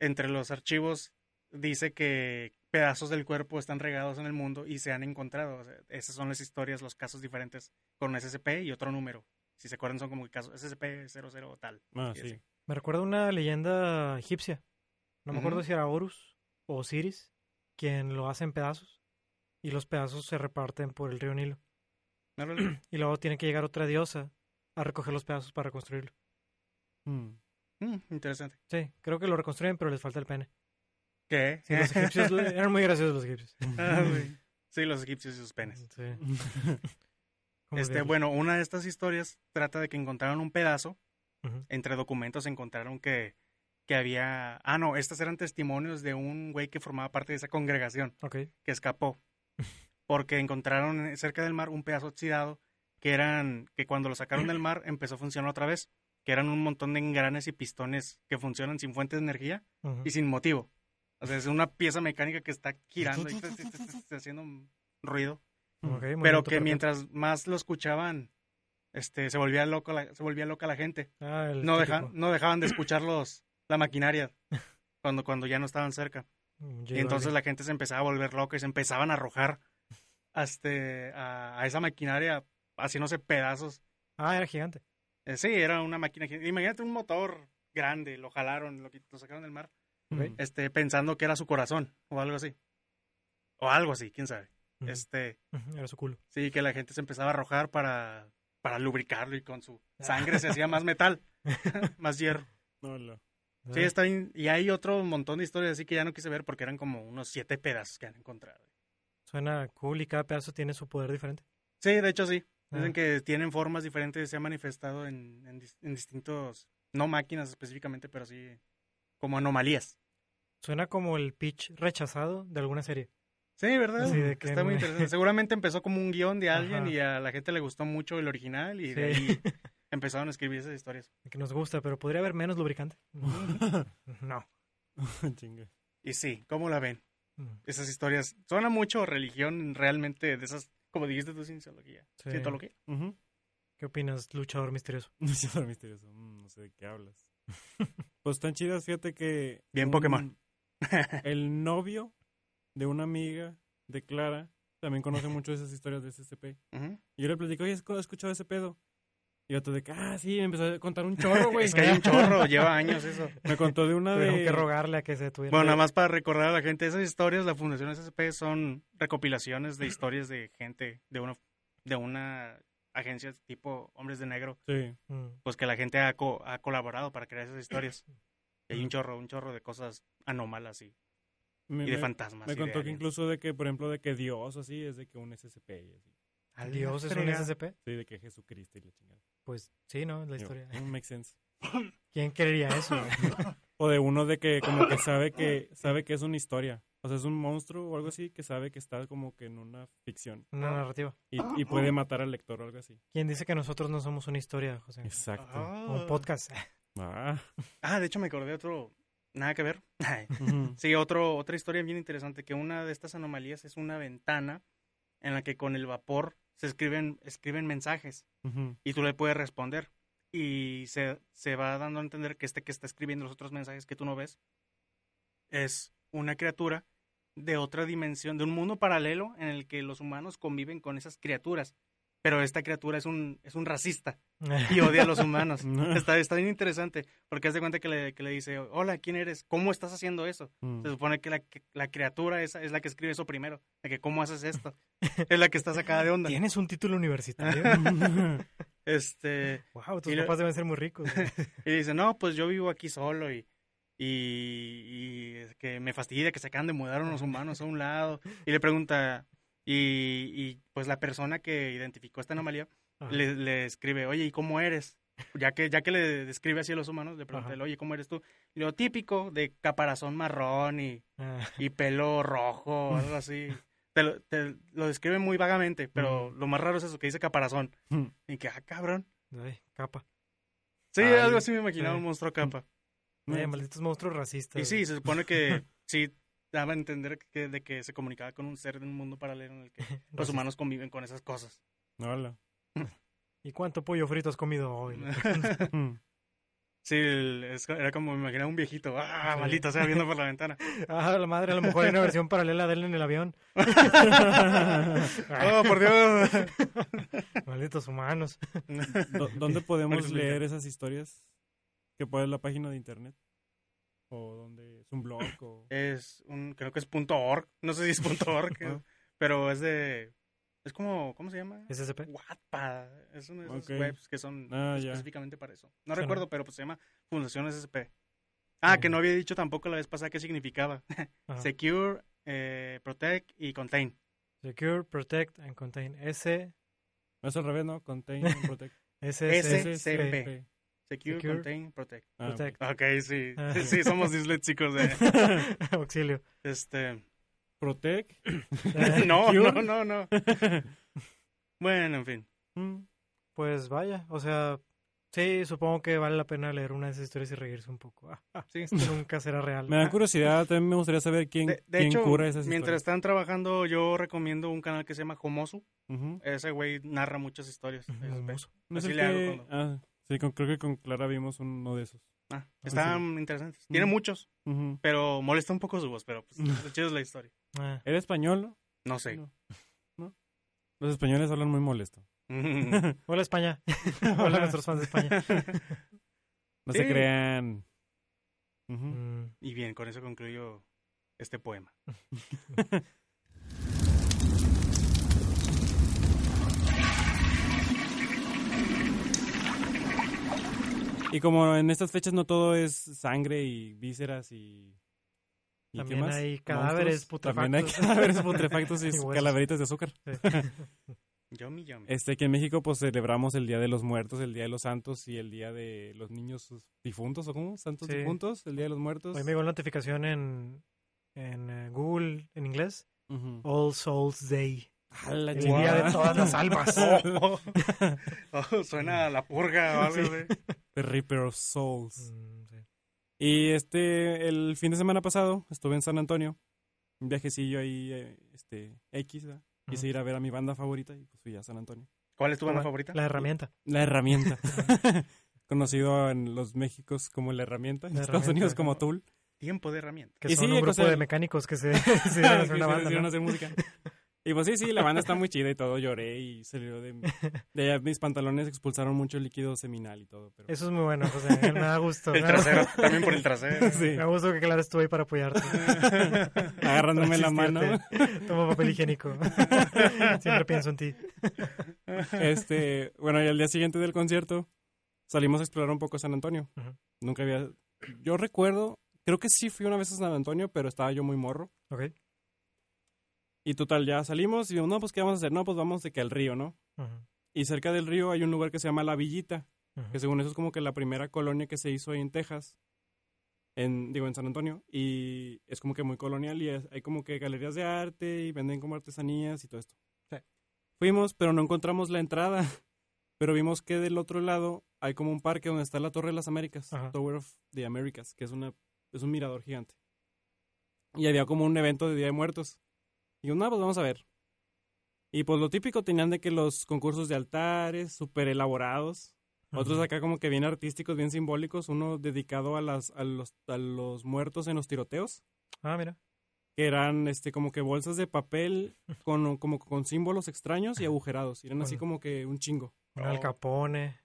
Speaker 4: entre los archivos dice que pedazos del cuerpo están regados en el mundo y se han encontrado. O sea, esas son las historias, los casos diferentes con SCP y otro número. Si se acuerdan, son como que casos SCP-00 o tal.
Speaker 3: Ah,
Speaker 4: Y
Speaker 3: sí.
Speaker 4: así.
Speaker 1: Me recuerda una leyenda egipcia. No me acuerdo
Speaker 4: Ujú.
Speaker 1: si era Horus o Osiris, quien lo hace en pedazos. Y los pedazos se reparten por el río Nilo.
Speaker 4: Órale.
Speaker 1: Y luego tiene que llegar otra diosa a recoger los pedazos para reconstruirlo.
Speaker 3: Mm.
Speaker 4: Mm, interesante.
Speaker 1: Sí, creo que lo reconstruyen, pero les falta el pene.
Speaker 4: ¿Qué?
Speaker 1: Sí, los egipcios eran muy graciosos los egipcios.
Speaker 4: Ah, güey. sí, los egipcios y sus penes.
Speaker 1: Sí. ¿Cómo
Speaker 4: Este,
Speaker 1: olvidarlos?
Speaker 4: bueno, una de estas historias trata de que encontraron un pedazo
Speaker 1: Ujú.
Speaker 4: entre documentos encontraron que, que había... Ah, no, estas eran testimonios de un güey que formaba parte de esa congregación,
Speaker 1: Ok.
Speaker 4: que escapó, porque encontraron cerca del mar un pedazo oxidado que eran que cuando lo sacaron del mar empezó a funcionar otra vez, que eran un montón de engranes y pistones que funcionan sin fuente de energía
Speaker 1: Ujú.
Speaker 4: y sin motivo. O sea, es una pieza mecánica que está girando y haciendo un ruido
Speaker 1: Ok, muy
Speaker 4: pero
Speaker 1: bonito,
Speaker 4: que
Speaker 1: perfecto.
Speaker 4: mientras más lo escuchaban, este, se volvía loco la, se volvía loca la gente.
Speaker 1: Ah, el
Speaker 4: No,
Speaker 1: típico.
Speaker 4: deja- no dejaban de escuchar los, la maquinaria cuando, cuando ya no estaban cerca.
Speaker 1: Mm,
Speaker 4: Y
Speaker 1: J
Speaker 4: entonces
Speaker 1: Balvin.
Speaker 4: la gente se empezaba a volver loca y se empezaban a arrojar hasta, a, a esa maquinaria haciéndose pedazos.
Speaker 1: Ah, era gigante.
Speaker 4: Eh, sí, era una máquina. gi- Imagínate un motor grande, lo jalaron, lo, quit- lo sacaron del mar,
Speaker 3: Mm.
Speaker 4: este, pensando que era su corazón o algo así. O algo así, quién sabe.
Speaker 1: Ujú.
Speaker 4: Este,
Speaker 1: Ujú, Era su culo.
Speaker 4: Sí, que la gente se empezaba a arrojar para, para lubricarlo y con su sangre se hacía más metal, más hierro.
Speaker 3: Hola.
Speaker 4: Sí, está bien. Y hay otro montón de historias así que ya no quise ver porque eran como unos siete pedazos que han encontrado.
Speaker 1: Suena cool y cada pedazo tiene su poder diferente.
Speaker 4: Sí, de hecho sí. Dicen
Speaker 1: Ah.
Speaker 4: que tienen formas diferentes y se ha manifestado en, en dis- en distintos, no máquinas específicamente, pero sí como anomalías.
Speaker 1: Suena como el pitch rechazado de alguna serie.
Speaker 4: Sí, ¿verdad?
Speaker 1: Sí, de que
Speaker 4: Está muy
Speaker 1: me-
Speaker 4: interesante. Seguramente empezó como un guión de alguien
Speaker 1: Ajá.
Speaker 4: y a la gente le gustó mucho el original y de
Speaker 1: Sí.
Speaker 4: ahí empezaron a escribir esas historias.
Speaker 1: Que nos gusta, pero podría haber menos lubricante. No.
Speaker 3: Chinga.
Speaker 4: Y sí, ¿cómo la ven?
Speaker 1: Mm,
Speaker 4: esas historias. Suena mucho a religión realmente de esas, como dijiste tú, cienciología.
Speaker 1: Sí.
Speaker 4: Cientología.
Speaker 3: Ujú.
Speaker 1: ¿Qué opinas, luchador misterioso?
Speaker 3: Luchador misterioso. Mm, no sé de qué hablas. Pues tan chidas, fíjate que.
Speaker 4: Bien Pokémon.
Speaker 3: El novio de una amiga de Clara también conoce mucho esas historias de SCP.
Speaker 4: Ujú.
Speaker 3: Y yo le platico, oye, ¿has escuchado ese pedo? Y otro de que, ah, sí, me empezó a contar un chorro, güey.
Speaker 4: Es que hay un chorro, lleva años eso.
Speaker 3: Me contó de una
Speaker 1: Tuvieron
Speaker 3: de.
Speaker 1: que rogarle a que se tuviera.
Speaker 4: Bueno, nada más para recordar a la gente, esas historias, la Fundación SCP son recopilaciones de historias de gente, de una, de una agencia tipo Hombres de Negro,
Speaker 3: Sí.
Speaker 1: Mm,
Speaker 4: pues que la gente ha, co- ha colaborado para crear esas historias. Y hay un chorro, un chorro de cosas anómalas y,
Speaker 3: Me,
Speaker 4: y de
Speaker 3: me-
Speaker 4: fantasmas.
Speaker 3: me
Speaker 4: y de
Speaker 3: contó que
Speaker 4: aliens.
Speaker 3: incluso de que, por ejemplo, de que Dios así es de que un SCP y así.
Speaker 4: A la
Speaker 1: Dios es un
Speaker 4: fregada.
Speaker 1: SCP.
Speaker 3: Sí, de que Jesucristo y la chingada.
Speaker 1: Pues sí, ¿no? Es La
Speaker 3: Digo,
Speaker 1: historia.
Speaker 3: mm, makes sense.
Speaker 1: ¿Quién creería eso?
Speaker 3: O de uno de que como que sabe que sabe que es una historia. O sea, es un monstruo o algo así que sabe que está como que en una ficción.
Speaker 1: Una narrativa.
Speaker 3: Y, y puede matar al lector o algo así. Ah.
Speaker 1: ¿Quién dice que nosotros no somos una historia, José?
Speaker 3: Exacto.
Speaker 1: O Un podcast.
Speaker 3: Ah.
Speaker 4: Ah, de hecho me acordé de otro, nada que ver.
Speaker 3: Ujú.
Speaker 4: Sí, otro, otra historia bien interesante, que una de estas anomalías es una ventana en la que con el vapor se escriben, escriben mensajes
Speaker 3: Ujú.
Speaker 4: y tú le puedes responder. Y se, se va dando a entender que este que está escribiendo los otros mensajes que tú no ves es una criatura de otra dimensión, de un mundo paralelo en el que los humanos conviven con esas criaturas. Pero esta criatura es un, es un racista y odia a los humanos. Está, está bien interesante, porque haz de cuenta que le, que le dice, hola, ¿quién eres? ¿Cómo estás haciendo eso? Se supone que la, que la criatura esa es la que escribe eso primero. De que, ¿cómo haces esto? Es la que está sacada de onda.
Speaker 1: ¿Tienes un título universitario?
Speaker 4: Este,
Speaker 1: wow, tus
Speaker 4: Y lo-
Speaker 1: papás deben ser muy ricos. güey.
Speaker 4: y dice, no, pues yo vivo aquí solo y, y, y es que me fastidia que se acaban de mudar unos humanos a un lado. Y le pregunta, y, y pues la persona que identificó esta anomalía
Speaker 1: Ajá.
Speaker 4: le, le escribe, oye, ¿y cómo eres? ya que, ya que le describe así a los humanos, le pregunté,
Speaker 1: Ajá.
Speaker 4: oye, ¿cómo eres tú? Lo típico de caparazón marrón y,
Speaker 1: Ah.
Speaker 4: y pelo rojo, o algo así. Te lo, te lo describe muy vagamente, pero lo más raro es eso que dice caparazón.
Speaker 3: Mm.
Speaker 4: Y que, ah, cabrón.
Speaker 1: Ay, capa.
Speaker 4: Sí,
Speaker 3: Ay,
Speaker 4: algo así me imaginaba
Speaker 1: sí.
Speaker 4: un monstruo capa.
Speaker 1: Ay, malditos monstruos racistas.
Speaker 4: Y sí, se supone que sí daba a entender que, de que se comunicaba con un ser de un mundo paralelo en el que
Speaker 1: güey.
Speaker 4: los
Speaker 1: Racista.
Speaker 4: humanos conviven con esas cosas.
Speaker 3: Hola.
Speaker 1: ¿Y cuánto pollo frito has comido hoy?
Speaker 3: Mm.
Speaker 4: Sí, el- es- era como me imaginaba un viejito, ah,
Speaker 1: Sí.
Speaker 4: maldita sea, viendo por la ventana.
Speaker 1: Ah, la madre, a lo mejor hay una versión paralela de él en el avión. Ah.
Speaker 4: Oh, por Dios.
Speaker 1: Malditos humanos.
Speaker 3: Do- ¿Dónde podemos
Speaker 4: explica.
Speaker 3: leer esas historias? ¿Que puede la página de internet? ¿O donde es un blog? O...
Speaker 4: Es un, creo que es punto .org, no sé si es punto .org,
Speaker 3: Ah.
Speaker 4: pero es de, es como, ¿cómo se llama?
Speaker 1: SCP.
Speaker 4: Wattpad, es una de esas
Speaker 3: Ok.
Speaker 4: webs que son
Speaker 3: Ah, ya.
Speaker 4: específicamente para eso. No
Speaker 1: Sí, ¿no?
Speaker 4: recuerdo, pero pues se llama Fundación SSP. Ah, que
Speaker 1: Ujú.
Speaker 4: no había dicho tampoco la vez pasada qué significaba.
Speaker 3: Ah.
Speaker 1: Ajá.
Speaker 4: Secure, eh, Protect y Contain.
Speaker 1: Secure, Protect and Contain. S,
Speaker 3: No es al revés, ¿no? Contain, protect.
Speaker 1: S,
Speaker 4: SCP.
Speaker 1: SCP.
Speaker 4: Secure,
Speaker 1: Secure.
Speaker 4: Contain, Protect.
Speaker 3: Ah,
Speaker 1: Protect.
Speaker 4: Ok, sí.
Speaker 1: Ah.
Speaker 4: Sí, somos disléxicos de
Speaker 1: Auxilio.
Speaker 4: este.
Speaker 3: protect.
Speaker 4: No,
Speaker 3: ¿Eh? Secure.
Speaker 4: no, no, no. Bueno, en fin.
Speaker 3: Mm.
Speaker 1: Pues vaya, o sea, sí, supongo que vale la pena leer una de esas historias y reírse un poco. Ah,
Speaker 4: Sí.
Speaker 1: esto nunca será real.
Speaker 3: Me da curiosidad, también me gustaría saber quién,
Speaker 4: De, de
Speaker 3: quién
Speaker 4: hecho,
Speaker 3: cura esas
Speaker 4: mientras
Speaker 3: historias.
Speaker 4: están trabajando, yo recomiendo un canal que se llama Homosu.
Speaker 3: Ujú.
Speaker 4: Ese güey narra muchas historias.
Speaker 3: Mm,
Speaker 1: Ujú,
Speaker 4: Ese-
Speaker 1: Homosu.
Speaker 3: No es
Speaker 4: Así
Speaker 3: el
Speaker 4: le hago
Speaker 3: que- ah, sí, con- creo que con Clara vimos uno de esos.
Speaker 4: Ah, están interesantes. Tiene
Speaker 3: Mm.
Speaker 4: muchos,
Speaker 3: Ujú.
Speaker 4: pero molesta un poco su voz, pero pues, lo chido es la historia.
Speaker 1: Ah,
Speaker 3: ¿Era español?
Speaker 4: No sé.
Speaker 3: No. Los españoles hablan muy molesto.
Speaker 1: Hola España. Hola nuestros fans de España.
Speaker 3: No
Speaker 4: Sí.
Speaker 3: se crean. Ujú.
Speaker 1: Mm,
Speaker 4: y bien, con eso concluyo este poema.
Speaker 3: Y como en estas fechas no todo es sangre y vísceras y. ¿y
Speaker 1: También hay cadáveres
Speaker 3: Monstruos. También hay
Speaker 1: putrefactos.
Speaker 3: cadáveres putrefactos y,
Speaker 1: Y huesos.
Speaker 3: calaveritas de azúcar.
Speaker 4: Yomi, yomi.
Speaker 3: Este, aquí en México, pues celebramos el Día de los Muertos, el Día de los Santos y el Día de los Niños Difuntos, ¿o cómo? Santos
Speaker 1: Sí.
Speaker 3: Difuntos, el Día de los Muertos.
Speaker 1: Hoy me llegó la notificación en, en eh, Google, en inglés.
Speaker 3: Ujú.
Speaker 1: All Souls Day.
Speaker 3: A la
Speaker 1: "Oh, El
Speaker 3: chingada.
Speaker 1: día de todas las almas.
Speaker 4: Oh, oh, oh, suena a la purga o algo así.
Speaker 3: The Reaper of Souls.
Speaker 1: Mm, sí.
Speaker 3: Y este, el fin de semana pasado estuve en San Antonio, un viajecillo ahí, eh, este, X, ¿verdad? quise
Speaker 1: Ujú.
Speaker 3: ir a ver a mi banda favorita y pues fui a San Antonio.
Speaker 4: ¿Cuál es tu banda
Speaker 1: Bueno,
Speaker 4: favorita?
Speaker 1: La herramienta.
Speaker 3: La herramienta, conocido en los Méxicos como la herramienta, en
Speaker 1: La
Speaker 3: Estados Unidos
Speaker 1: herramienta,
Speaker 3: como
Speaker 1: ¿no?
Speaker 3: Tool.
Speaker 4: Tiempo de herramienta.
Speaker 1: Que
Speaker 3: Y
Speaker 1: son
Speaker 3: sí,
Speaker 1: un
Speaker 3: o
Speaker 1: grupo
Speaker 3: sea,
Speaker 1: de mecánicos que se, se dieron a hacer una
Speaker 3: Sí, se
Speaker 1: banda.
Speaker 3: pusieron a
Speaker 1: ¿no?
Speaker 3: hacer música. Y pues sí, sí, la banda está muy chida y todo, lloré y salió de, de allá mis pantalones, expulsaron mucho líquido seminal y todo. Pero...
Speaker 1: Eso es muy bueno, José. Ángel, Me da gusto.
Speaker 4: El
Speaker 1: me da-
Speaker 4: trasero, también por el trasero.
Speaker 1: Me
Speaker 3: Sí,
Speaker 1: da gusto que Clara estuvo ahí para apoyarte.
Speaker 3: agarrándome la mano.
Speaker 1: Asistirte. Toma papel higiénico. Siempre pienso en ti.
Speaker 3: Este, bueno, y al día siguiente del concierto salimos a explorar un poco San Antonio.
Speaker 1: Ujú.
Speaker 3: Nunca había... Yo recuerdo, creo que sí fui una vez a San Antonio, pero estaba yo muy morro.
Speaker 1: Ok.
Speaker 3: Y total, ya salimos y digo, no, pues ¿qué vamos a hacer? No, pues vamos de que al río, ¿no?
Speaker 1: Ujú,
Speaker 3: Y cerca del río hay un lugar que se llama La Villita,
Speaker 1: ujú.
Speaker 3: que según eso es como que la primera colonia que se hizo ahí en Texas, en, digo, en San Antonio, y es como que muy colonial y es- hay como que galerías de arte y venden como artesanías y todo esto. Fuimos, pero no encontramos la entrada, pero vimos que del otro lado hay como un parque donde está la Torre de las Américas,
Speaker 1: Ajá.
Speaker 3: Tower of the Americas, que es, una, es un mirador gigante. Y había como un evento de Día de Muertos. Y yo, no, pues vamos a ver. Y pues lo típico tenían de que los concursos de altares, súper elaborados, otros acá como que bien artísticos, bien simbólicos. Uno dedicado a, las, a, los, a los muertos en los tiroteos,
Speaker 1: Ah, mira.
Speaker 3: que eran este como que bolsas de papel con, como con símbolos extraños y agujerados. Eran así
Speaker 1: Con-
Speaker 3: como que un chingo.
Speaker 1: Un
Speaker 4: Oh.
Speaker 1: Al Capone.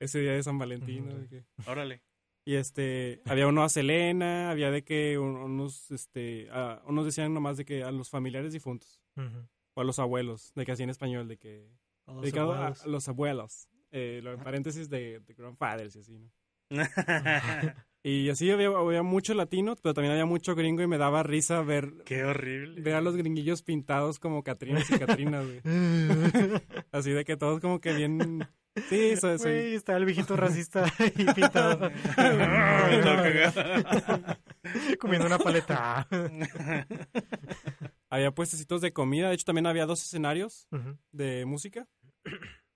Speaker 3: Ese día de San Valentín. ¿no?
Speaker 1: Ujú.
Speaker 3: De que-
Speaker 4: Órale.
Speaker 3: Y este, había uno a Selena, había de que un- unos, este, a- unos decían nomás de que a los familiares difuntos
Speaker 1: Ujú.
Speaker 3: o a los abuelos, de que así en español, de que
Speaker 1: Todos
Speaker 3: dedicado a,
Speaker 1: iguales.
Speaker 3: a los abuelos, eh, lo- en paréntesis de, de grandfathers y así, ¿no? Y así había, había mucho latino, pero también había mucho gringo y me daba risa ver,
Speaker 4: Qué horrible.
Speaker 3: ver a los gringuillos pintados como Catrinas y Catrinas, güey. Así de que todos como que bien Sí, soy, soy-
Speaker 1: Güey, está el viejito racista y pintado. Comiendo una paleta.
Speaker 3: Había puestecitos de comida. De hecho, también había dos escenarios
Speaker 1: Ujú.
Speaker 3: de música.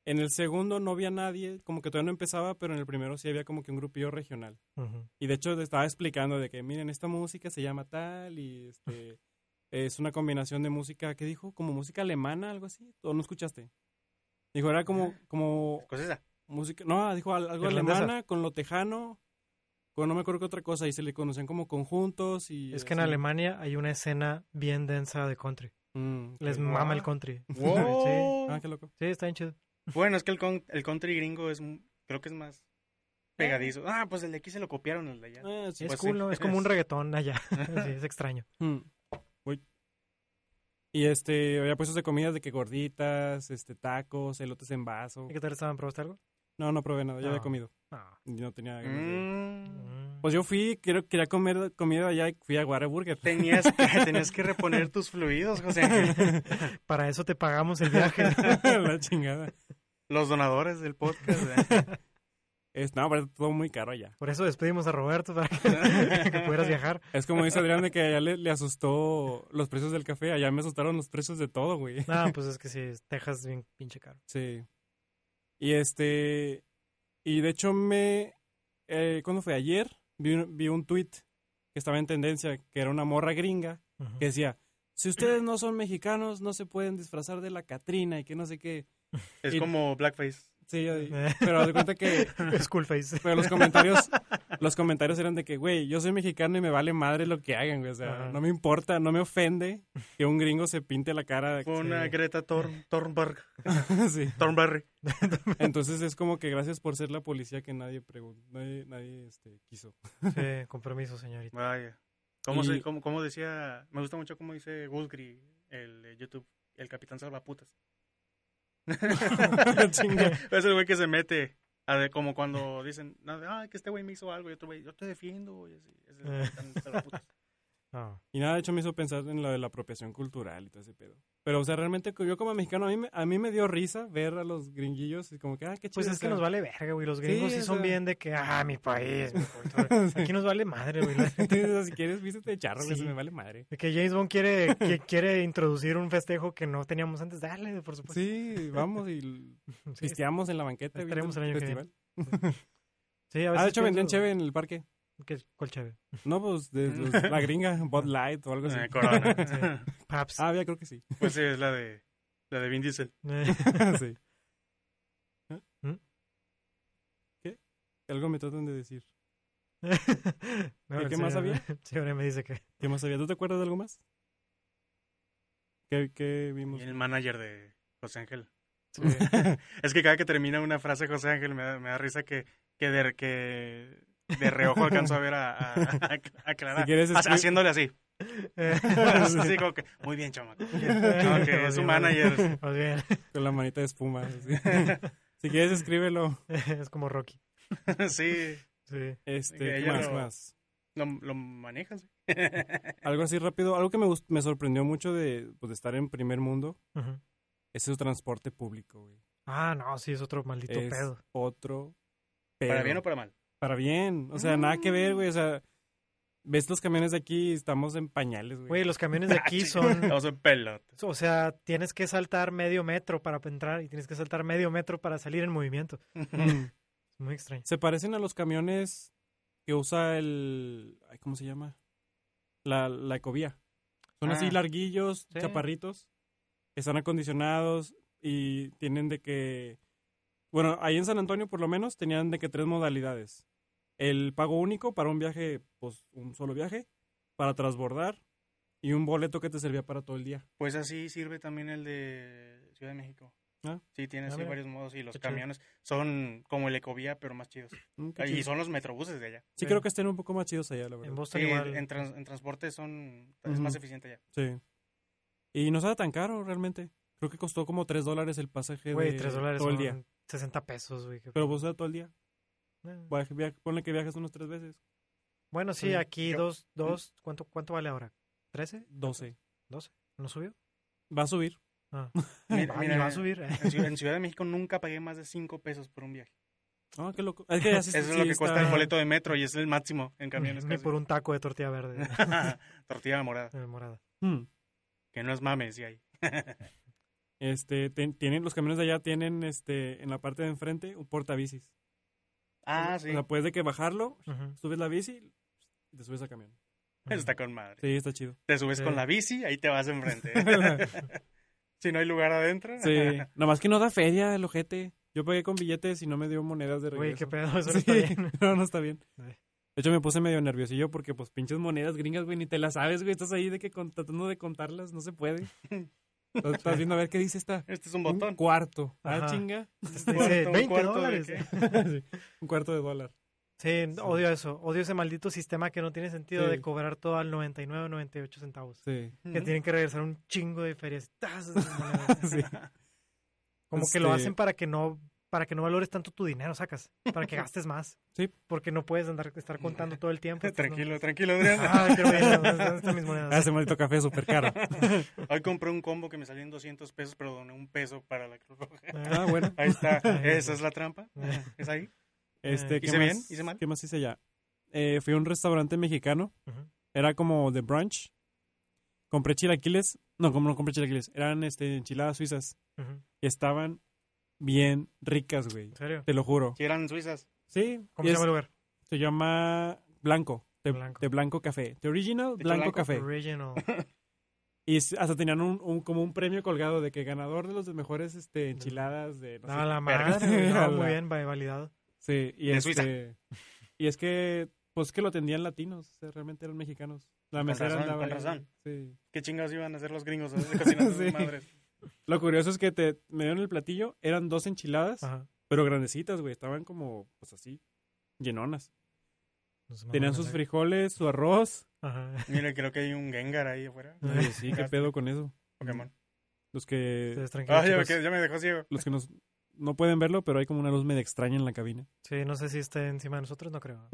Speaker 3: En el segundo no había nadie, como que todavía no empezaba, pero en el primero sí había como que un grupillo regional.
Speaker 1: Ujú.
Speaker 3: Y de hecho te estaba explicando de que, miren, esta música se llama tal y este es una combinación de música, ¿qué dijo? Como música alemana, algo así. ¿O no escuchaste? Dijo, era como, como
Speaker 4: Cosa Pues esa.
Speaker 3: música, no, dijo al- algo
Speaker 1: Irlandesa.
Speaker 3: alemana con lo tejano, con no me acuerdo qué otra cosa, y se le conocían como conjuntos y...
Speaker 1: Es que en
Speaker 3: así.
Speaker 1: Alemania hay una escena bien densa de country.
Speaker 3: Mm,
Speaker 1: Les
Speaker 3: ok.
Speaker 1: mama el country.
Speaker 4: Wow.
Speaker 3: Ah, qué loco.
Speaker 1: Sí, está bien chido.
Speaker 4: Bueno, es que el, con- el country gringo es, m- creo que es más
Speaker 1: Eh.
Speaker 4: pegadizo. Ah, pues el de aquí se lo copiaron el de allá.
Speaker 3: Ah, sí.
Speaker 1: Es
Speaker 4: Pues sí.
Speaker 1: cool, ¿no? Es como un reggaetón allá. Sí, es extraño.
Speaker 3: Mm. Voy. Y este, había puestos de comidas de que gorditas, este, tacos, elotes en vaso.
Speaker 1: ¿Y qué tal estaban? ¿Probaste algo?
Speaker 3: No, no probé nada, ya había
Speaker 1: No.
Speaker 3: comido.
Speaker 1: No.
Speaker 3: y No tenía ganas de-
Speaker 4: Mm.
Speaker 1: Mm.
Speaker 3: Pues yo fui, creo, quería comer comida allá y fui a Whataburger.
Speaker 4: Tenías que, tenías que reponer tus fluidos, José Ángel.
Speaker 1: Para eso te pagamos el viaje.
Speaker 3: la chingada.
Speaker 4: Los donadores del podcast. ¿eh? ¿verdad?
Speaker 3: Es, no, pero todo muy caro allá.
Speaker 1: Por eso despedimos a Roberto para que, que pudieras viajar.
Speaker 3: Es como dice Adrián de que allá le, le asustó los precios del café. Allá me asustaron los precios de todo, güey.
Speaker 1: No, pues es que sí, Texas es bien pinche caro.
Speaker 3: Sí. Y este, y de hecho me, eh, ¿cuándo fue? Ayer vi un, vi un tweet que estaba en tendencia, que era una morra gringa
Speaker 1: Ujú.
Speaker 3: que decía, si ustedes no son mexicanos, no se pueden disfrazar de la Catrina y que no sé qué.
Speaker 4: Es
Speaker 3: Y-
Speaker 4: como Blackface.
Speaker 3: Sí, yo-
Speaker 1: Eh,
Speaker 3: pero de cuenta que
Speaker 1: es cool face.
Speaker 3: Pero los comentarios, los comentarios eran de que, güey, yo soy mexicano y me vale madre lo que hagan, güey. O sea,
Speaker 1: Ajá.
Speaker 3: no me importa, no me ofende que un gringo se pinte la cara.
Speaker 4: Fue una
Speaker 1: Sí.
Speaker 4: Greta Thor- Thornburg.
Speaker 3: Sí.
Speaker 4: Thornberry.
Speaker 3: Entonces es como que gracias por ser la policía que nadie pregun- nadie, nadie este, quiso.
Speaker 1: Sí, con permiso, señorita.
Speaker 4: Vaya. ¿Cómo, se-
Speaker 3: Y-
Speaker 4: cómo- cómo decía? Me gusta mucho cómo dice Gulgri, el de YouTube, el capitán salvaputas.
Speaker 3: Chinga.
Speaker 4: es el güey que se mete. a de- como cuando dicen, no, de, ah, que este güey me hizo algo, y otro güey, yo te defiendo. Y así, es el
Speaker 1: Eh.
Speaker 4: capitán salvaputas.
Speaker 1: No.
Speaker 3: Y nada, de hecho me hizo pensar en lo de la apropiación cultural y todo ese pedo. Pero, o sea, realmente yo como mexicano, a mí, me- a mí me dio risa ver a los gringuillos y como que, ah, qué chido.
Speaker 1: Pues es que nos vale verga, güey. Los gringos
Speaker 3: Sí,
Speaker 1: sí,
Speaker 3: o
Speaker 1: son
Speaker 3: sea.
Speaker 1: bien de que, ah, mi país, mi cultura. Aquí nos vale madre, güey. la neta.
Speaker 3: Entonces, si quieres, vístete de charro, que
Speaker 1: Sí.
Speaker 3: se me vale madre.
Speaker 1: De que James Bond quiere, que quiere introducir un festejo que no teníamos antes. Dale, por supuesto.
Speaker 3: Sí, vamos y
Speaker 1: Pues Sí,
Speaker 3: Pisteamos en la banqueta.
Speaker 1: Ahí
Speaker 3: ¿viste
Speaker 1: estaremos el
Speaker 3: el
Speaker 1: año que
Speaker 3: festival?
Speaker 1: sí, a
Speaker 3: Ah,
Speaker 1: veces
Speaker 3: de hecho vendían
Speaker 1: pienso-
Speaker 3: cheve en el parque.
Speaker 1: ¿Qué- ¿Cuál cheve?
Speaker 3: No, pues de, de la gringa, Bud Light o algo así.
Speaker 4: Eh, corona.
Speaker 1: Paps.
Speaker 3: Ah, ya creo que sí.
Speaker 4: Pues sí, es la de, la de Vin Diesel.
Speaker 3: sí. ¿Eh?
Speaker 1: ¿Mm?
Speaker 3: ¿Qué? Algo me tratan de decir.
Speaker 1: No,
Speaker 3: ¿Y
Speaker 1: el
Speaker 3: qué más
Speaker 1: señor-
Speaker 3: había?
Speaker 1: El señor me dice que
Speaker 3: ¿Qué más había? ¿Tú te acuerdas de algo más? ¿Qué, qué vimos?
Speaker 4: Y el manager de José Ángel. es que cada que termina una frase de José Ángel me da, me da risa que, que, de, que de reojo alcanzo a ver a, a, a- a Clara
Speaker 3: Si quieres,
Speaker 4: ha-
Speaker 3: escribe-
Speaker 4: haciéndole así.
Speaker 1: Eh,
Speaker 4: Así como que, muy bien, chamaco. No, que es su manager.
Speaker 1: Más bien,
Speaker 3: Con la manita de espuma. así. si quieres, escríbelo.
Speaker 1: es como Rocky.
Speaker 4: Sí,
Speaker 1: Sí.
Speaker 3: Este,
Speaker 4: Que
Speaker 3: ¿qué
Speaker 4: ella
Speaker 3: más,
Speaker 4: lo-
Speaker 3: más?
Speaker 4: lo, lo manejas. ¿sí?
Speaker 3: Algo así rápido. Algo que me, gust- me sorprendió mucho de, pues, de estar en primer mundo
Speaker 1: Ujú.
Speaker 3: es el transporte público, güey.
Speaker 1: Ah, no, sí, es otro maldito
Speaker 3: es
Speaker 1: pedo.
Speaker 3: otro pedo.
Speaker 4: ¿Para bien o para mal?
Speaker 3: Para bien. O sea, nada que ver, güey. O sea, ves los camiones de aquí y estamos en pañales, güey. Ah,
Speaker 1: Güey, los camiones de
Speaker 4: Ah,
Speaker 1: aquí son.
Speaker 4: Estamos en pelotas.
Speaker 1: O sea, tienes que saltar medio metro para entrar y tienes que saltar medio metro para salir en movimiento.
Speaker 3: Mm.
Speaker 1: Muy extraño.
Speaker 3: se parecen a los camiones que usa el... ay, ¿Cómo se llama? La, la ecovía. Son así
Speaker 4: Ah.
Speaker 3: larguillos,
Speaker 1: Sí.
Speaker 3: chaparritos. Están acondicionados y tienen de que... Bueno, ahí en San Antonio por lo menos tenían de que tres modalidades. El pago único para un viaje, pues un solo viaje, para transbordar y un boleto que te servía para todo el día.
Speaker 4: Pues así sirve también el de Ciudad de México.
Speaker 3: Ah.
Speaker 4: Sí, tiene
Speaker 1: Ah,
Speaker 4: así
Speaker 1: mira.
Speaker 4: varios modos y los
Speaker 1: Qué chido.
Speaker 4: camiones son como el Ecovía, pero más chidos.
Speaker 3: Mm, qué
Speaker 4: Y
Speaker 3: chido.
Speaker 4: son los metrobuses de allá.
Speaker 3: Sí, creo que estén un poco más chidos allá, la
Speaker 1: En
Speaker 3: verdad.
Speaker 1: Boston
Speaker 4: Sí,
Speaker 1: igual.
Speaker 4: en, trans- en transporte son, es más
Speaker 3: Ujú.
Speaker 4: eficiente ya.
Speaker 3: Sí. Y no sale tan caro realmente. Creo que costó como 3 dólares el pasaje
Speaker 1: Güey,
Speaker 3: de
Speaker 1: 3 dólares
Speaker 3: todo el
Speaker 1: son
Speaker 3: día.
Speaker 1: 60 pesos, güey. que-
Speaker 3: Pero vos sea todo el día.
Speaker 1: Eh.
Speaker 3: Viaje- viaje- ponle que viajas unas 3 veces.
Speaker 1: Bueno, sí,
Speaker 3: Oye,
Speaker 1: aquí
Speaker 4: yo-
Speaker 1: dos, dos, ¿cuánto, ¿cuánto vale ahora? ¿13?
Speaker 3: $12.
Speaker 1: ¿No subió?
Speaker 3: Va a subir.
Speaker 1: Ah.
Speaker 4: Mi-
Speaker 1: Ah,
Speaker 4: mira,
Speaker 1: ni va a subir.
Speaker 4: En Ciudad, en Ciudad de México nunca pagué más de 5 pesos por un viaje.
Speaker 3: Ah, qué loco. Es que ya sí-
Speaker 4: Eso es
Speaker 3: sí
Speaker 4: lo que
Speaker 3: está-
Speaker 4: cuesta el boleto de metro y es el máximo en camiones.
Speaker 1: Ni
Speaker 4: casi.
Speaker 1: por un taco de tortilla verde
Speaker 4: Tortilla morada.
Speaker 1: eh, morada.
Speaker 3: Hmm.
Speaker 4: Que no es mames, y ahí.
Speaker 3: Este, ten- tienen, los camiones de allá tienen, este, en la parte de enfrente, un portabicis.
Speaker 4: Ah,
Speaker 3: O
Speaker 4: sí.
Speaker 3: sea, puedes de que bajarlo,
Speaker 1: Ujú.
Speaker 3: subes la bici y te subes al camión.
Speaker 4: Eso está con madre.
Speaker 3: Sí, está chido.
Speaker 4: Te subes
Speaker 1: Sí.
Speaker 4: con la bici, ahí te vas enfrente. si no hay lugar adentro.
Speaker 3: Sí. Nomás que no da feria el ojete. Yo pagué con billetes y no me dio monedas de regreso.
Speaker 1: Güey, qué pedo, eso no está
Speaker 3: Sí,
Speaker 1: bien.
Speaker 3: no, no está bien.
Speaker 1: Sí.
Speaker 3: De hecho, me puse medio nerviosillo porque, pues, pinches monedas gringas, güey, ni te las sabes, güey. Estás ahí de que con- tratando de contarlas, no se puede. Estás estás viendo a ver qué dice esta.
Speaker 4: Este es un botón.
Speaker 3: Un cuarto. Ah,
Speaker 1: Ajá.
Speaker 3: chinga.
Speaker 1: Dice,
Speaker 4: cuarto, un
Speaker 1: 20
Speaker 4: cuarto de
Speaker 1: dólares.
Speaker 4: qué.
Speaker 3: Sí, Un cuarto de dólar.
Speaker 1: Sí, odio eso. Odio ese maldito sistema que no tiene sentido
Speaker 3: Sí.
Speaker 1: de cobrar todo al 99, 98 centavos.
Speaker 3: Sí.
Speaker 1: Que tienen que regresar un chingo de ferias. ¡Tas! de monedas.
Speaker 3: Sí.
Speaker 1: Como que lo
Speaker 3: Este-
Speaker 1: hacen para que no para que no valores tanto tu dinero, sacas. Para que gastes más.
Speaker 3: Sí.
Speaker 1: Porque no puedes andar estar contando todo el tiempo. entonces no-
Speaker 4: Tranquilo, tranquilo, Adrián.
Speaker 1: Ah, qué bueno. ¿Dónde están mis
Speaker 3: Ah,
Speaker 1: monedas?
Speaker 3: ese maldito café es súper caro.
Speaker 4: Hoy compré un combo que me salió en 200 pesos, pero doné un peso para la Cruz Roja.
Speaker 3: Ah, bueno.
Speaker 4: Ahí está. Esa es la trampa. Es ahí.
Speaker 3: Este,
Speaker 1: Eh,
Speaker 3: ¿qué
Speaker 4: ¿hice
Speaker 3: más,
Speaker 4: bien? ¿Hice mal?
Speaker 3: ¿Qué más hice ya? Eh, fui a un restaurante mexicano.
Speaker 1: Ujú.
Speaker 3: Era como de brunch. Compré chilaquiles. No, como no compré chilaquiles. Eran este, enchiladas suizas.
Speaker 1: Ujú. ¿En
Speaker 3: Y estaban bien ricas, güey.
Speaker 1: serio?
Speaker 3: Te lo juro.
Speaker 4: Si eran suizas.
Speaker 3: Sí.
Speaker 1: ¿Cómo
Speaker 3: y
Speaker 1: se
Speaker 3: es-
Speaker 1: llama el lugar?
Speaker 3: se llama Blanco. De
Speaker 1: Blanco.
Speaker 3: blanco, de blanco café. The original
Speaker 4: hecho,
Speaker 3: blanco,
Speaker 4: Blanco
Speaker 3: café.
Speaker 1: Original.
Speaker 3: Y s- hasta tenían un, un- como un premio colgado de que ganador de los mejores este, enchiladas de... no sé
Speaker 1: A Ah, la
Speaker 3: vergas.
Speaker 1: madre. güey.
Speaker 3: A
Speaker 1: No,
Speaker 3: la-
Speaker 1: muy bien, va- validado.
Speaker 3: Sí, y
Speaker 4: De
Speaker 3: este,
Speaker 4: Suiza.
Speaker 3: Y es que, pues que lo atendían latinos, o sea, realmente eran mexicanos. La
Speaker 4: Con
Speaker 3: mesera
Speaker 4: razón,
Speaker 3: andaba
Speaker 4: con
Speaker 3: ahí,
Speaker 4: razón.
Speaker 3: Sí.
Speaker 4: ¿Qué chingados iban a hacer los gringos? Cocinando sus
Speaker 3: Sí.
Speaker 4: madres.
Speaker 3: Lo curioso es que te me dieron el platillo, eran dos enchiladas,
Speaker 1: Ajá.
Speaker 3: pero grandecitas, güey, estaban como, pues así, llenonas.
Speaker 1: No se
Speaker 3: Tenían
Speaker 1: maman,
Speaker 3: sus
Speaker 1: la-
Speaker 3: frijoles, su arroz.
Speaker 1: Ajá.
Speaker 4: Mira, creo que hay un Gengar ahí afuera.
Speaker 1: Ah.
Speaker 3: Oye, sí, qué
Speaker 4: Gasto.
Speaker 3: pedo con eso.
Speaker 4: Pokémon.
Speaker 3: Los que,
Speaker 1: Ustedes tranquilos,
Speaker 4: Ah, ya me,
Speaker 1: chicos.
Speaker 4: quedé- ya me dejó ciego.
Speaker 3: los que nos, no pueden verlo, pero hay como una luz medio extraña en la cabina.
Speaker 1: Sí, no sé si está encima de nosotros, no creo.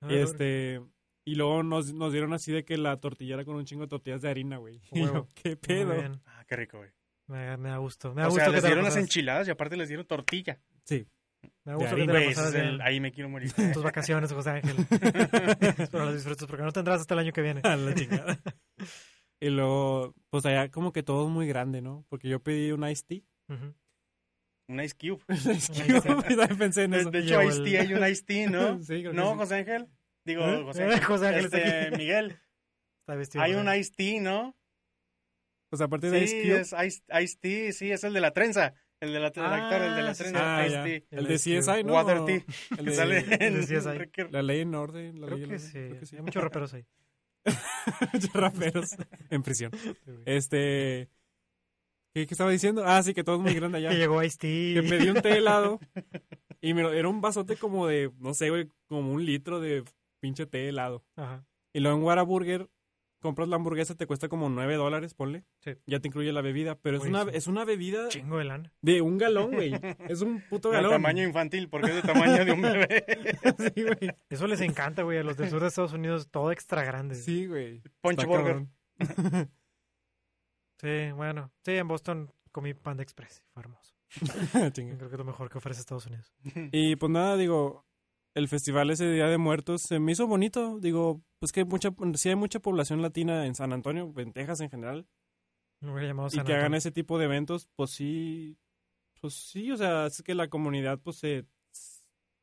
Speaker 1: Ah,
Speaker 3: Y este... Y luego nos, nos dieron así de que la tortilla era con un chingo de tortillas de harina, güey. Y yo,
Speaker 1: Huevo.
Speaker 3: qué
Speaker 1: muy
Speaker 3: pedo.
Speaker 1: bien.
Speaker 4: Ah, qué rico, güey.
Speaker 1: Me, da- me da gusto. Me da
Speaker 4: O
Speaker 1: gusto
Speaker 4: sea,
Speaker 1: que
Speaker 4: les
Speaker 1: te la
Speaker 4: dieron las
Speaker 1: pasaras-
Speaker 4: enchiladas y aparte les dieron tortilla.
Speaker 3: Sí.
Speaker 1: Me da gusto que
Speaker 3: harina,
Speaker 1: te la
Speaker 4: Güey, ese es
Speaker 1: pasaras
Speaker 4: el-
Speaker 1: bien
Speaker 4: ahí me quiero morir.
Speaker 1: en tus vacaciones, José Ángel. Pero las disfrutes porque no tendrás hasta el año que viene.
Speaker 3: A la chingada. y luego, pues allá como que todo es muy grande, ¿no? Porque yo pedí un Ice Tea.
Speaker 1: Ujú.
Speaker 4: Un Ice Cube.
Speaker 3: Ice
Speaker 1: Tea.
Speaker 3: Cube, y también pensé en
Speaker 4: De,
Speaker 3: eso.
Speaker 4: de hecho,
Speaker 1: Llevo
Speaker 4: Ice
Speaker 1: el-
Speaker 4: Tea hay un Ice Tea, ¿no?
Speaker 3: Sí, creo que
Speaker 4: No,
Speaker 3: sí.
Speaker 4: José Ángel. Digo,
Speaker 1: ¿Eh?
Speaker 4: José
Speaker 1: Eh,
Speaker 4: Ángel.
Speaker 1: José Ángel está
Speaker 4: Este, Miguel,
Speaker 1: Está vestido.
Speaker 4: hay
Speaker 1: José
Speaker 4: un
Speaker 1: Ángel.
Speaker 4: Ice Tea, ¿no?
Speaker 3: Pues aparte
Speaker 4: Sí,
Speaker 3: de Ice Cube,
Speaker 4: es Ice, Ice Tea, sí, es el de la trenza. El de la el actor, el de la
Speaker 1: Ah, sí,
Speaker 4: trenza.
Speaker 3: sí. Ah,
Speaker 4: Ice
Speaker 3: el
Speaker 1: El
Speaker 3: de
Speaker 1: Ice Cube.
Speaker 3: CSI,
Speaker 4: Tea.
Speaker 3: ¿no?
Speaker 4: Water
Speaker 3: O
Speaker 4: Tea.
Speaker 3: el
Speaker 4: Que
Speaker 3: de-
Speaker 4: sale en
Speaker 1: sí, es ahí.
Speaker 4: Ricky-
Speaker 3: La ley en orden. La ley
Speaker 1: Creo
Speaker 3: en
Speaker 1: que
Speaker 3: orden,
Speaker 1: sí.
Speaker 3: creo que sí.
Speaker 1: Hay muchos raperos ahí.
Speaker 3: Muchos raperos en prisión.
Speaker 1: Sí,
Speaker 4: Eh,
Speaker 1: güey.
Speaker 3: Este... ¿Qué, qué estaba diciendo? Ah, sí, que todo es muy grande allá.
Speaker 1: Que llegó Ice
Speaker 3: que
Speaker 1: T.
Speaker 3: pedí un té helado y me lo- era un vasote como de, no sé, güey, como un litro de pinche té helado.
Speaker 1: Ajá.
Speaker 3: Y luego en Whataburger compras la hamburguesa, te cuesta como 9 dólares, ponle.
Speaker 1: Sí.
Speaker 3: Ya te incluye la bebida, pero es
Speaker 1: Güey,
Speaker 3: una,
Speaker 1: sí.
Speaker 3: es una bebida
Speaker 1: Chingo de lana.
Speaker 3: de un galón, güey. Es un puto
Speaker 4: De
Speaker 3: galón.
Speaker 4: tamaño infantil, porque es de tamaño de un bebé.
Speaker 3: sí, güey.
Speaker 1: Eso les encanta, güey. A los del sur de Estados Unidos, todo extra grande.
Speaker 3: Sí, güey.
Speaker 4: Punch
Speaker 3: Está
Speaker 4: Burger.
Speaker 3: cabrón.
Speaker 1: Sí, bueno. Sí, en Boston comí Panda Express. Fue hermoso.
Speaker 3: Chinga.
Speaker 1: Creo que es lo mejor que ofrece Estados Unidos.
Speaker 3: y pues nada, digo, el festival ese Día de Muertos se me hizo bonito. Digo, pues que mucha, sí hay mucha población latina en San Antonio, en Texas en general.
Speaker 1: Me hubiera llamado Eh,
Speaker 3: y
Speaker 1: San
Speaker 3: que hagan
Speaker 1: Antonio.
Speaker 3: ese tipo de eventos, pues sí, pues sí, o sea, es que la comunidad pues se,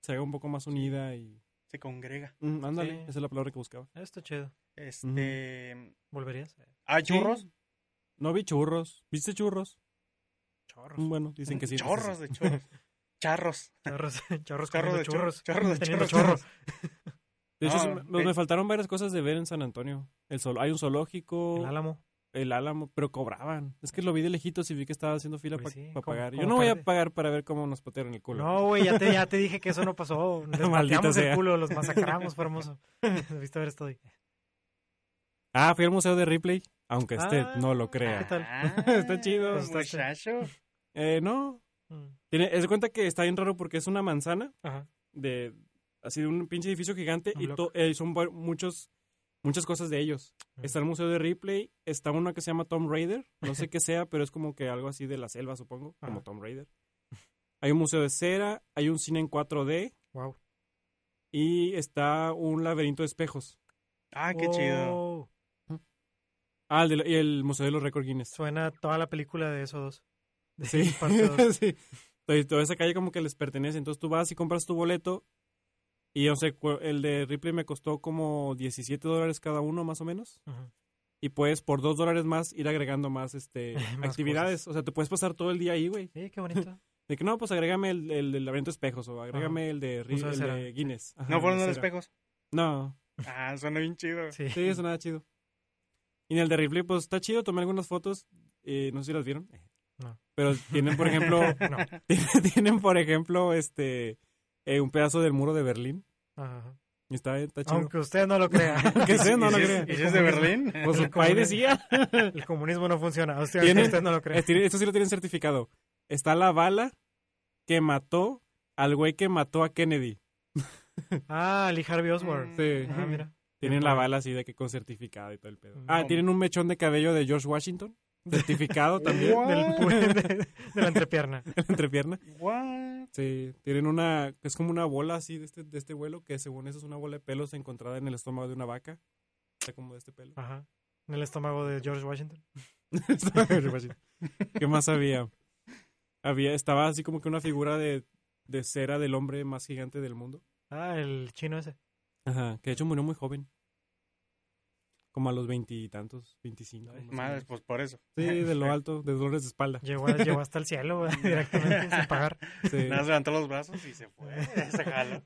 Speaker 3: se haga un poco más unida y...
Speaker 4: Se congrega.
Speaker 3: Mm, ándale,
Speaker 1: Sí.
Speaker 3: esa es la palabra que buscaba.
Speaker 1: Está chido.
Speaker 4: Este.
Speaker 1: ¿Volverías? Eh,
Speaker 4: ¿Hay churros?
Speaker 3: No vi churros. ¿Viste churros?
Speaker 1: Chorros.
Speaker 3: Mm, Bueno, dicen que sí. entonces
Speaker 4: Chorros
Speaker 3: sí.
Speaker 4: de churros. Charros.
Speaker 1: Charros, charros
Speaker 4: Charros
Speaker 1: eh, comiendo
Speaker 4: de
Speaker 1: churros.
Speaker 4: churros. Charros de
Speaker 1: Teniendo
Speaker 4: churros.
Speaker 1: chorro.
Speaker 3: De hecho,
Speaker 4: Ah,
Speaker 3: sí me,
Speaker 4: ok.
Speaker 3: me faltaron varias cosas de ver en San Antonio. El zool- hay un zoológico,
Speaker 1: El
Speaker 3: el,
Speaker 1: álamo.
Speaker 3: álamo, pero cobraban. Es que lo vi de lejitos y vi que estaba haciendo fila
Speaker 1: Pues
Speaker 3: para
Speaker 1: sí, como-
Speaker 3: pagar. Yo
Speaker 1: como
Speaker 3: no voy
Speaker 1: tarde.
Speaker 3: a pagar para ver cómo nos patearon el culo.
Speaker 1: No, güey, ya te, ya te dije que eso no pasó. Les
Speaker 3: Maldita
Speaker 1: pateamos el
Speaker 3: sea.
Speaker 1: culo, los masacramos, fue hermoso. Debiste haber estado ahí.
Speaker 3: Ah, fui al museo de Ripley, aunque usted
Speaker 1: Ah,
Speaker 3: no lo
Speaker 1: ¿qué
Speaker 3: crea.
Speaker 1: tal?
Speaker 3: Está chido.
Speaker 4: ah, pues, Muchacho.
Speaker 3: Eh, no,
Speaker 1: Mm.
Speaker 3: tiene, es de cuenta que está bien raro porque es una manzana
Speaker 1: Ajá.
Speaker 3: de así de un pinche edificio gigante
Speaker 1: Un
Speaker 3: y
Speaker 1: bloque.
Speaker 3: to- eh, son va- muchos muchas cosas de ellos.
Speaker 1: Ujú.
Speaker 3: Está el museo de Ripley, está una que se llama Tom Raider, no sé qué sea, pero es como que algo así de la selva, supongo, como
Speaker 1: Ajá.
Speaker 3: Tom Raider. Hay un museo de cera, hay un cine en 4D
Speaker 1: Wow.
Speaker 3: y está un laberinto de espejos.
Speaker 4: Ah, qué chido.
Speaker 1: Oh,
Speaker 3: Ah, el, de la- y el museo de los récords Guinness.
Speaker 1: Suena toda la película de esos dos. De
Speaker 3: Sí,
Speaker 1: parte dos.
Speaker 3: sí. Entonces, toda esa calle como que les pertenece. Entonces tú vas y compras tu boleto. Y no sé, cu- el de Ripley me costó como 17 dólares cada uno, más o menos.
Speaker 1: Ajá.
Speaker 3: Y puedes por 2 dólares más ir agregando más, este,
Speaker 1: Más
Speaker 3: actividades. O sea, te puedes pasar todo el día ahí, güey.
Speaker 1: Sí, qué bonito.
Speaker 3: De que no, pues agrégame el, el del laberinto de espejos o agrégame el de, Ri-
Speaker 1: Museo de
Speaker 3: el
Speaker 1: cera.
Speaker 3: de Guinness. Ajá,
Speaker 4: ¿No fueron
Speaker 3: el de
Speaker 4: los
Speaker 3: cera.
Speaker 4: espejos?
Speaker 3: No,
Speaker 4: Ah, suena bien chido.
Speaker 1: Sí.
Speaker 3: sí, eso nada chido. Y en el de Ripley, pues está chido, tomé algunas fotos, eh, no sé si las vieron.
Speaker 1: No.
Speaker 3: Pero tienen, por ejemplo,
Speaker 1: No.
Speaker 3: tienen, por ejemplo, este, eh, un pedazo del muro de Berlín.
Speaker 1: Ajá.
Speaker 3: Y está, está chido.
Speaker 1: Aunque usted no lo crea.
Speaker 3: Aunque sea, no
Speaker 4: ¿Y
Speaker 3: lo
Speaker 4: si es-
Speaker 3: crean.
Speaker 4: ¿Y si es de Berlín?
Speaker 3: Pues
Speaker 1: el
Speaker 3: ahí
Speaker 1: comuni-
Speaker 3: decía,
Speaker 1: El comunismo no funciona. O sea,
Speaker 3: Tiene-
Speaker 1: usted no lo cree.
Speaker 3: eh, tiene- esto sí lo tienen certificado. Está la bala que mató al güey que mató a Kennedy.
Speaker 1: Ah, Lee Harvey Oswald.
Speaker 3: Sí.
Speaker 4: Mm,
Speaker 1: Ah, mira.
Speaker 3: Tienen la bala así de que con certificado y todo el pedo.
Speaker 1: Mm.
Speaker 3: Ah, tienen un mechón de cabello de George Washington. Certificado también,
Speaker 4: What?
Speaker 1: Del pu- de, de la entrepierna.
Speaker 3: en la entrepierna.
Speaker 4: What?
Speaker 3: Sí, tienen una, es como una bola así de este, de este vuelo, que según eso es una bola de pelos encontrada en el estómago de una vaca. Está como de este pelo.
Speaker 1: Ajá. En el estómago de George Washington.
Speaker 3: George Washington. ¿Qué más había? Había, estaba así como que una figura de, de cera del hombre más gigante del mundo.
Speaker 1: Ah, el chino ese.
Speaker 3: Ajá, que de hecho murió muy joven. Como a los veintitantos, veinticinco. más o
Speaker 4: Madres,
Speaker 3: menos.
Speaker 4: pues por eso.
Speaker 3: Sí, de lo alto, de dolores de espalda.
Speaker 1: Llegó, a- llegó hasta el cielo güey, directamente sin pagar.
Speaker 3: Sí.
Speaker 4: Nada, más levantó los brazos y se fue. Se jaló.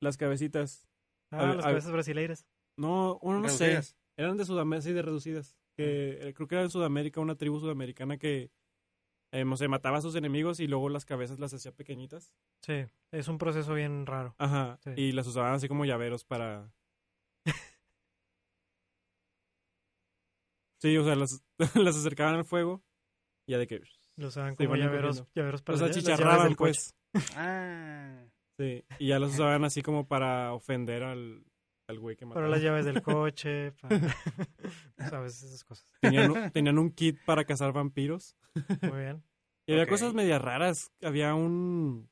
Speaker 3: Las cabecitas. A
Speaker 1: Ah,
Speaker 3: ver,
Speaker 1: las
Speaker 3: a ver.
Speaker 1: cabezas brasileiras.
Speaker 3: No, bueno, no sé.
Speaker 4: Reducidas.
Speaker 3: Eran de Sudamérica, sí, de reducidas. Que, eh, creo que era en Sudamérica, una tribu sudamericana que, eh, no sé, mataba a sus enemigos y luego las cabezas las hacía pequeñitas.
Speaker 1: Sí, es un proceso bien raro.
Speaker 3: Ajá.
Speaker 1: Sí.
Speaker 3: Y las usaban así como llaveros para... sí, o sea, las, las acercaban al fuego y ya de que...
Speaker 1: Lo usaban
Speaker 3: Sí,
Speaker 1: como
Speaker 3: van
Speaker 1: llaveros,
Speaker 3: encogiendo.
Speaker 1: llaveros para
Speaker 3: Los
Speaker 1: las lla- las llaves
Speaker 3: achicharraban,
Speaker 1: del coche.
Speaker 3: pues.
Speaker 4: Ah.
Speaker 3: Sí, y ya las usaban así como para ofender al, al güey que mataba.
Speaker 1: Para las llaves del coche, para... sabes esas cosas.
Speaker 3: Tenían, un- tenían un kit para cazar vampiros.
Speaker 1: Muy bien.
Speaker 3: Y había
Speaker 4: Ok.
Speaker 3: cosas medias raras. Había un.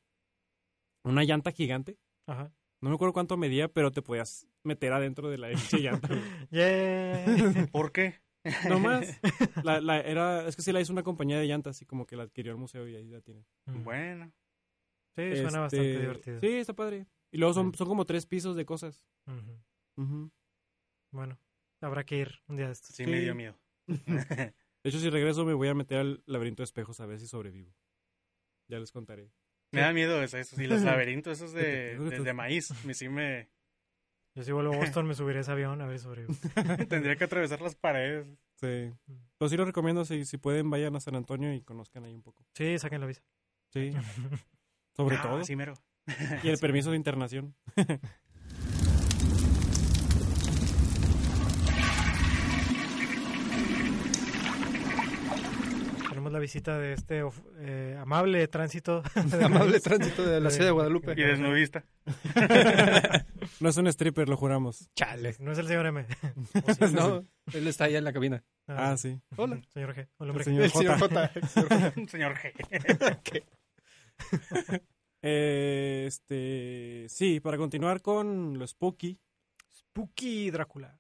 Speaker 3: Una llanta gigante.
Speaker 1: Ajá.
Speaker 3: No me acuerdo cuánto medía, pero te podías meter adentro de la pinche llanta.
Speaker 1: Yeah.
Speaker 4: ¿Por qué?
Speaker 3: no más. La, la- era, es que sí la hizo una compañía de llantas y como que la adquirió el museo y ahí la tiene. Este,
Speaker 4: Bueno.
Speaker 1: Sí, suena bastante divertido.
Speaker 3: Sí, está padre. Y luego son, son como tres pisos de cosas.
Speaker 1: Ujú.
Speaker 3: Ujú.
Speaker 1: Bueno, habrá que ir un día de estos.
Speaker 4: Sí, me
Speaker 3: Sí.
Speaker 4: dio miedo.
Speaker 3: De hecho, si regreso me voy a meter al laberinto de espejos a ver si sobrevivo. Ya les contaré.
Speaker 4: Me da miedo eso, eso. Y los laberintos esos de, de, de maíz. Me- Sí me...
Speaker 1: Yo si vuelvo a Boston me subiré a ese avión a ver si sobrevivo.
Speaker 4: Tendría que atravesar las paredes.
Speaker 3: Sí. Pero sí lo recomiendo, si, si pueden, vayan a San Antonio y conozcan ahí un poco.
Speaker 1: Sí, saquen la visa.
Speaker 3: Sí. Sobre
Speaker 4: Ah,
Speaker 3: todo.
Speaker 4: Sí, mero.
Speaker 3: Y el permiso de internación.
Speaker 1: Tenemos la visita de este of- eh, amable tránsito. de
Speaker 5: Amable
Speaker 1: maíz.
Speaker 5: tránsito de la ciudad de
Speaker 4: Y
Speaker 5: Guadalupe.
Speaker 4: desnudista.
Speaker 3: No es un stripper, lo juramos.
Speaker 5: Chale.
Speaker 1: No es el señor M.
Speaker 5: No, él está allá en la cabina.
Speaker 3: Ah, sí.
Speaker 5: Hola.
Speaker 1: Señor G. o el
Speaker 3: El
Speaker 1: hombre G.
Speaker 3: señor
Speaker 5: El
Speaker 3: J.
Speaker 5: señor J.
Speaker 4: Señor G.
Speaker 3: Eh, este, sí, para continuar con lo spooky,
Speaker 1: Spooky Drácula.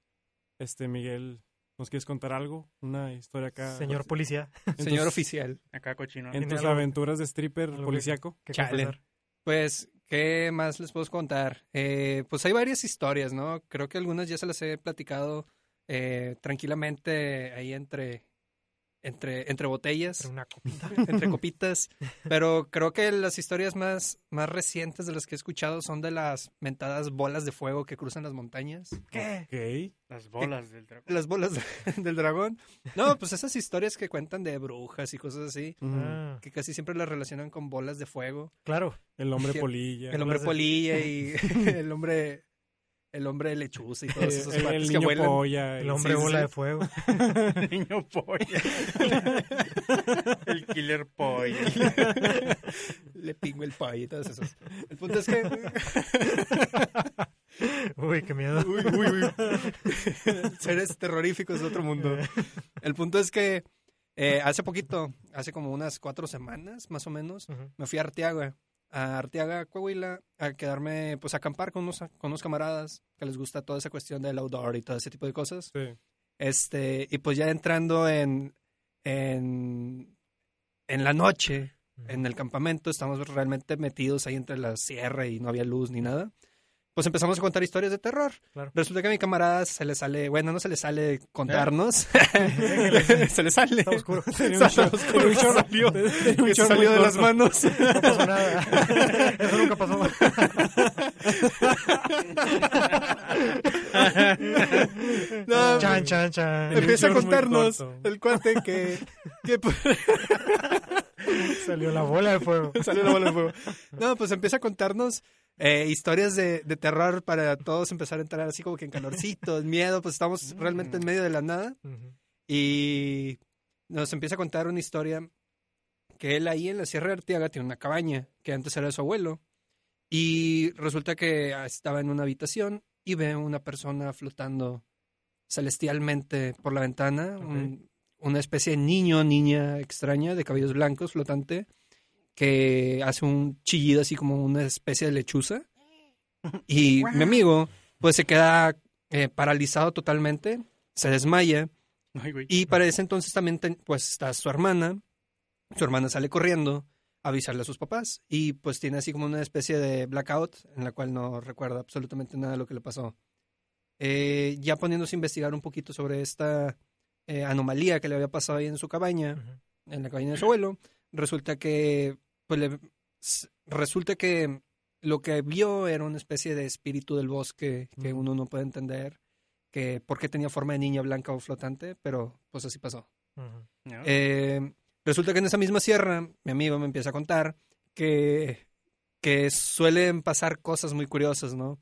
Speaker 3: este, Miguel, ¿nos quieres contar algo? Una historia acá.
Speaker 1: Señor policía.
Speaker 3: en
Speaker 5: Señor
Speaker 3: tus-
Speaker 5: oficial.
Speaker 4: Acá cochino.
Speaker 3: En
Speaker 1: Tiene
Speaker 3: tus
Speaker 1: algo-
Speaker 3: aventuras de stripper
Speaker 1: algo que-
Speaker 3: policíaco.
Speaker 1: que
Speaker 5: Chale.
Speaker 1: confesar.
Speaker 5: Pues, ¿qué más les puedo contar? Eh, pues hay varias historias, ¿no? Creo que algunas ya se las he platicado eh, tranquilamente ahí entre, entre, entre
Speaker 1: Pero
Speaker 5: botellas,
Speaker 1: una copita.
Speaker 5: entre copitas. Pero creo que las historias más, más recientes de las que he escuchado son de las mentadas bolas de fuego que cruzan las montañas.
Speaker 1: ¿Qué?
Speaker 3: Ok.
Speaker 4: Las bolas del dragón.
Speaker 5: Las bolas del dragón. No, pues esas historias que cuentan de brujas y cosas así,
Speaker 3: Mm,
Speaker 1: Ah,
Speaker 5: que casi siempre las relacionan con bolas de fuego.
Speaker 1: claro.
Speaker 3: El hombre
Speaker 5: El-
Speaker 3: polilla.
Speaker 5: El hombre
Speaker 1: Hablas de-
Speaker 5: polilla y el hombre el hombre lechuza y
Speaker 3: eh,
Speaker 5: todos esos
Speaker 3: el- el
Speaker 5: cuates que
Speaker 3: niño
Speaker 5: vuelan.
Speaker 3: polla.
Speaker 1: El
Speaker 3: eh,
Speaker 1: hombre
Speaker 5: sí, sí,
Speaker 1: bola
Speaker 5: sí.
Speaker 1: de fuego.
Speaker 4: Niño polla. El killer polla.
Speaker 5: Le pingo el pollo y todos esos. El punto es que
Speaker 1: Uy, qué miedo.
Speaker 5: Uy, uy, uy. Seres terroríficos de otro mundo. El punto es que eh, hace poquito, hace como unas cuatro semanas más o menos,
Speaker 1: Ujú.
Speaker 5: me fui a Arteaga, a Arteaga, Coahuila, a quedarme, pues a acampar con unos, con unos camaradas que les gusta toda esa cuestión del outdoor y todo ese tipo de cosas.
Speaker 3: Sí.
Speaker 5: Este, y pues ya entrando en, en, en la noche, en el campamento, estamos realmente metidos ahí entre la sierra y no había luz ni nada. Pues empezamos a contar historias de terror.
Speaker 1: Claro.
Speaker 5: Resulta que a mi camarada se le sale, bueno, no se le sale contarnos. se le sale.
Speaker 1: Está oscuro.
Speaker 5: Está oscuro. Salió, que se salió de las manos.
Speaker 1: No pasó nada. Eso nunca pasó.
Speaker 5: No,
Speaker 1: Chan, chan, chan.
Speaker 5: Empieza a
Speaker 3: short muy
Speaker 5: contarnos
Speaker 3: corto.
Speaker 5: el cuate que, que
Speaker 1: Salió la bola de fuego.
Speaker 5: Salió la bola de fuego. No, pues empieza a contarnos eh, historias de, de terror para todos empezar a entrar así como que en calorcito, en miedo, pues estamos realmente en medio de la nada.
Speaker 1: Ujú.
Speaker 5: Y nos empieza a contar una historia que él ahí en la Sierra de Arteaga tiene una cabaña que antes era de su abuelo. Y resulta que estaba en una habitación y ve una persona flotando celestialmente por la ventana, un- una especie de niño, niña extraña de cabellos blancos flotante que hace un chillido así como una especie de lechuza. Y mi amigo pues se queda eh, paralizado totalmente, se desmaya
Speaker 4: Ay, güey.
Speaker 5: y para ese entonces también, ten- pues, está su hermana. Su hermana sale corriendo a avisarle a sus papás. Y pues tiene así como una especie de blackout en la cual no recuerda absolutamente nada de lo que le pasó. Eh, ya poniéndose a investigar un poquito sobre esta eh, anomalía que le había pasado ahí en su cabaña, en la cabaña de su abuelo, resulta que, pues, le- s- resulta que lo que vio era una especie de espíritu del bosque que
Speaker 1: Ujú.
Speaker 5: uno no puede entender que por qué tenía forma de niña blanca o flotante, pero pues así pasó.
Speaker 1: Ujú.
Speaker 4: No.
Speaker 5: Eh, resulta que en esa misma sierra, mi amigo me empieza a contar que, que suelen pasar cosas muy curiosas, ¿no?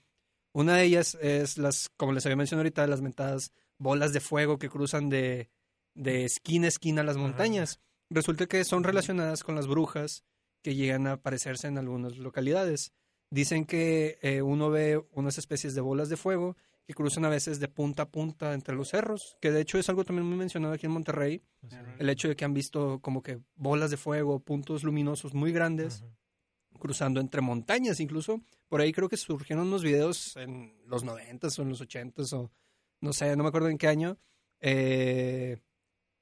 Speaker 5: Una de ellas es las, como les había mencionado ahorita, las mentadas bolas de fuego que cruzan de, de esquina a esquina las montañas. Resulta que son relacionadas con las brujas que llegan a aparecerse en algunas localidades. Dicen que eh, uno ve unas especies de bolas de fuego que cruzan a veces de punta a punta entre los cerros, que de hecho es algo también muy mencionado aquí en Monterrey,
Speaker 1: Así es.
Speaker 5: el hecho de que han visto como que bolas de fuego, puntos luminosos muy grandes,
Speaker 1: Ujú.
Speaker 5: cruzando entre montañas incluso. Por ahí creo que surgieron unos videos en los 90 o en los 80 o no sé, no me acuerdo en qué año, eh,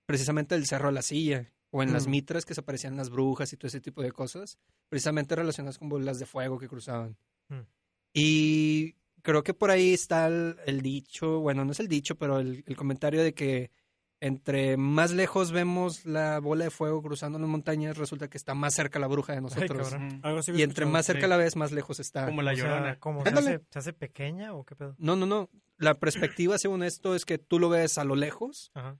Speaker 5: precisamente del Cerro de la Silla o en las
Speaker 1: Mm.
Speaker 5: mitras que se aparecían las brujas y todo ese tipo de cosas, precisamente relacionadas con bolas de fuego que cruzaban.
Speaker 1: Mm.
Speaker 5: Y creo que por ahí está el, el dicho, bueno, no es el dicho, pero el, el comentario de que entre más lejos vemos la bola de fuego cruzando las montañas, resulta que está más cerca la bruja de nosotros.
Speaker 1: cabrón.
Speaker 4: Ujú.
Speaker 3: Algo así
Speaker 5: y entre más cerca
Speaker 4: sí.
Speaker 5: la ves, más lejos está.
Speaker 4: Como la
Speaker 1: O sea,
Speaker 4: llorona.
Speaker 1: ¿cómo se
Speaker 5: Ándale.
Speaker 1: hace, se hace pequeña o qué pedo?
Speaker 5: No, no, no. La perspectiva, según esto, es que tú lo ves a lo lejos
Speaker 1: Ajá.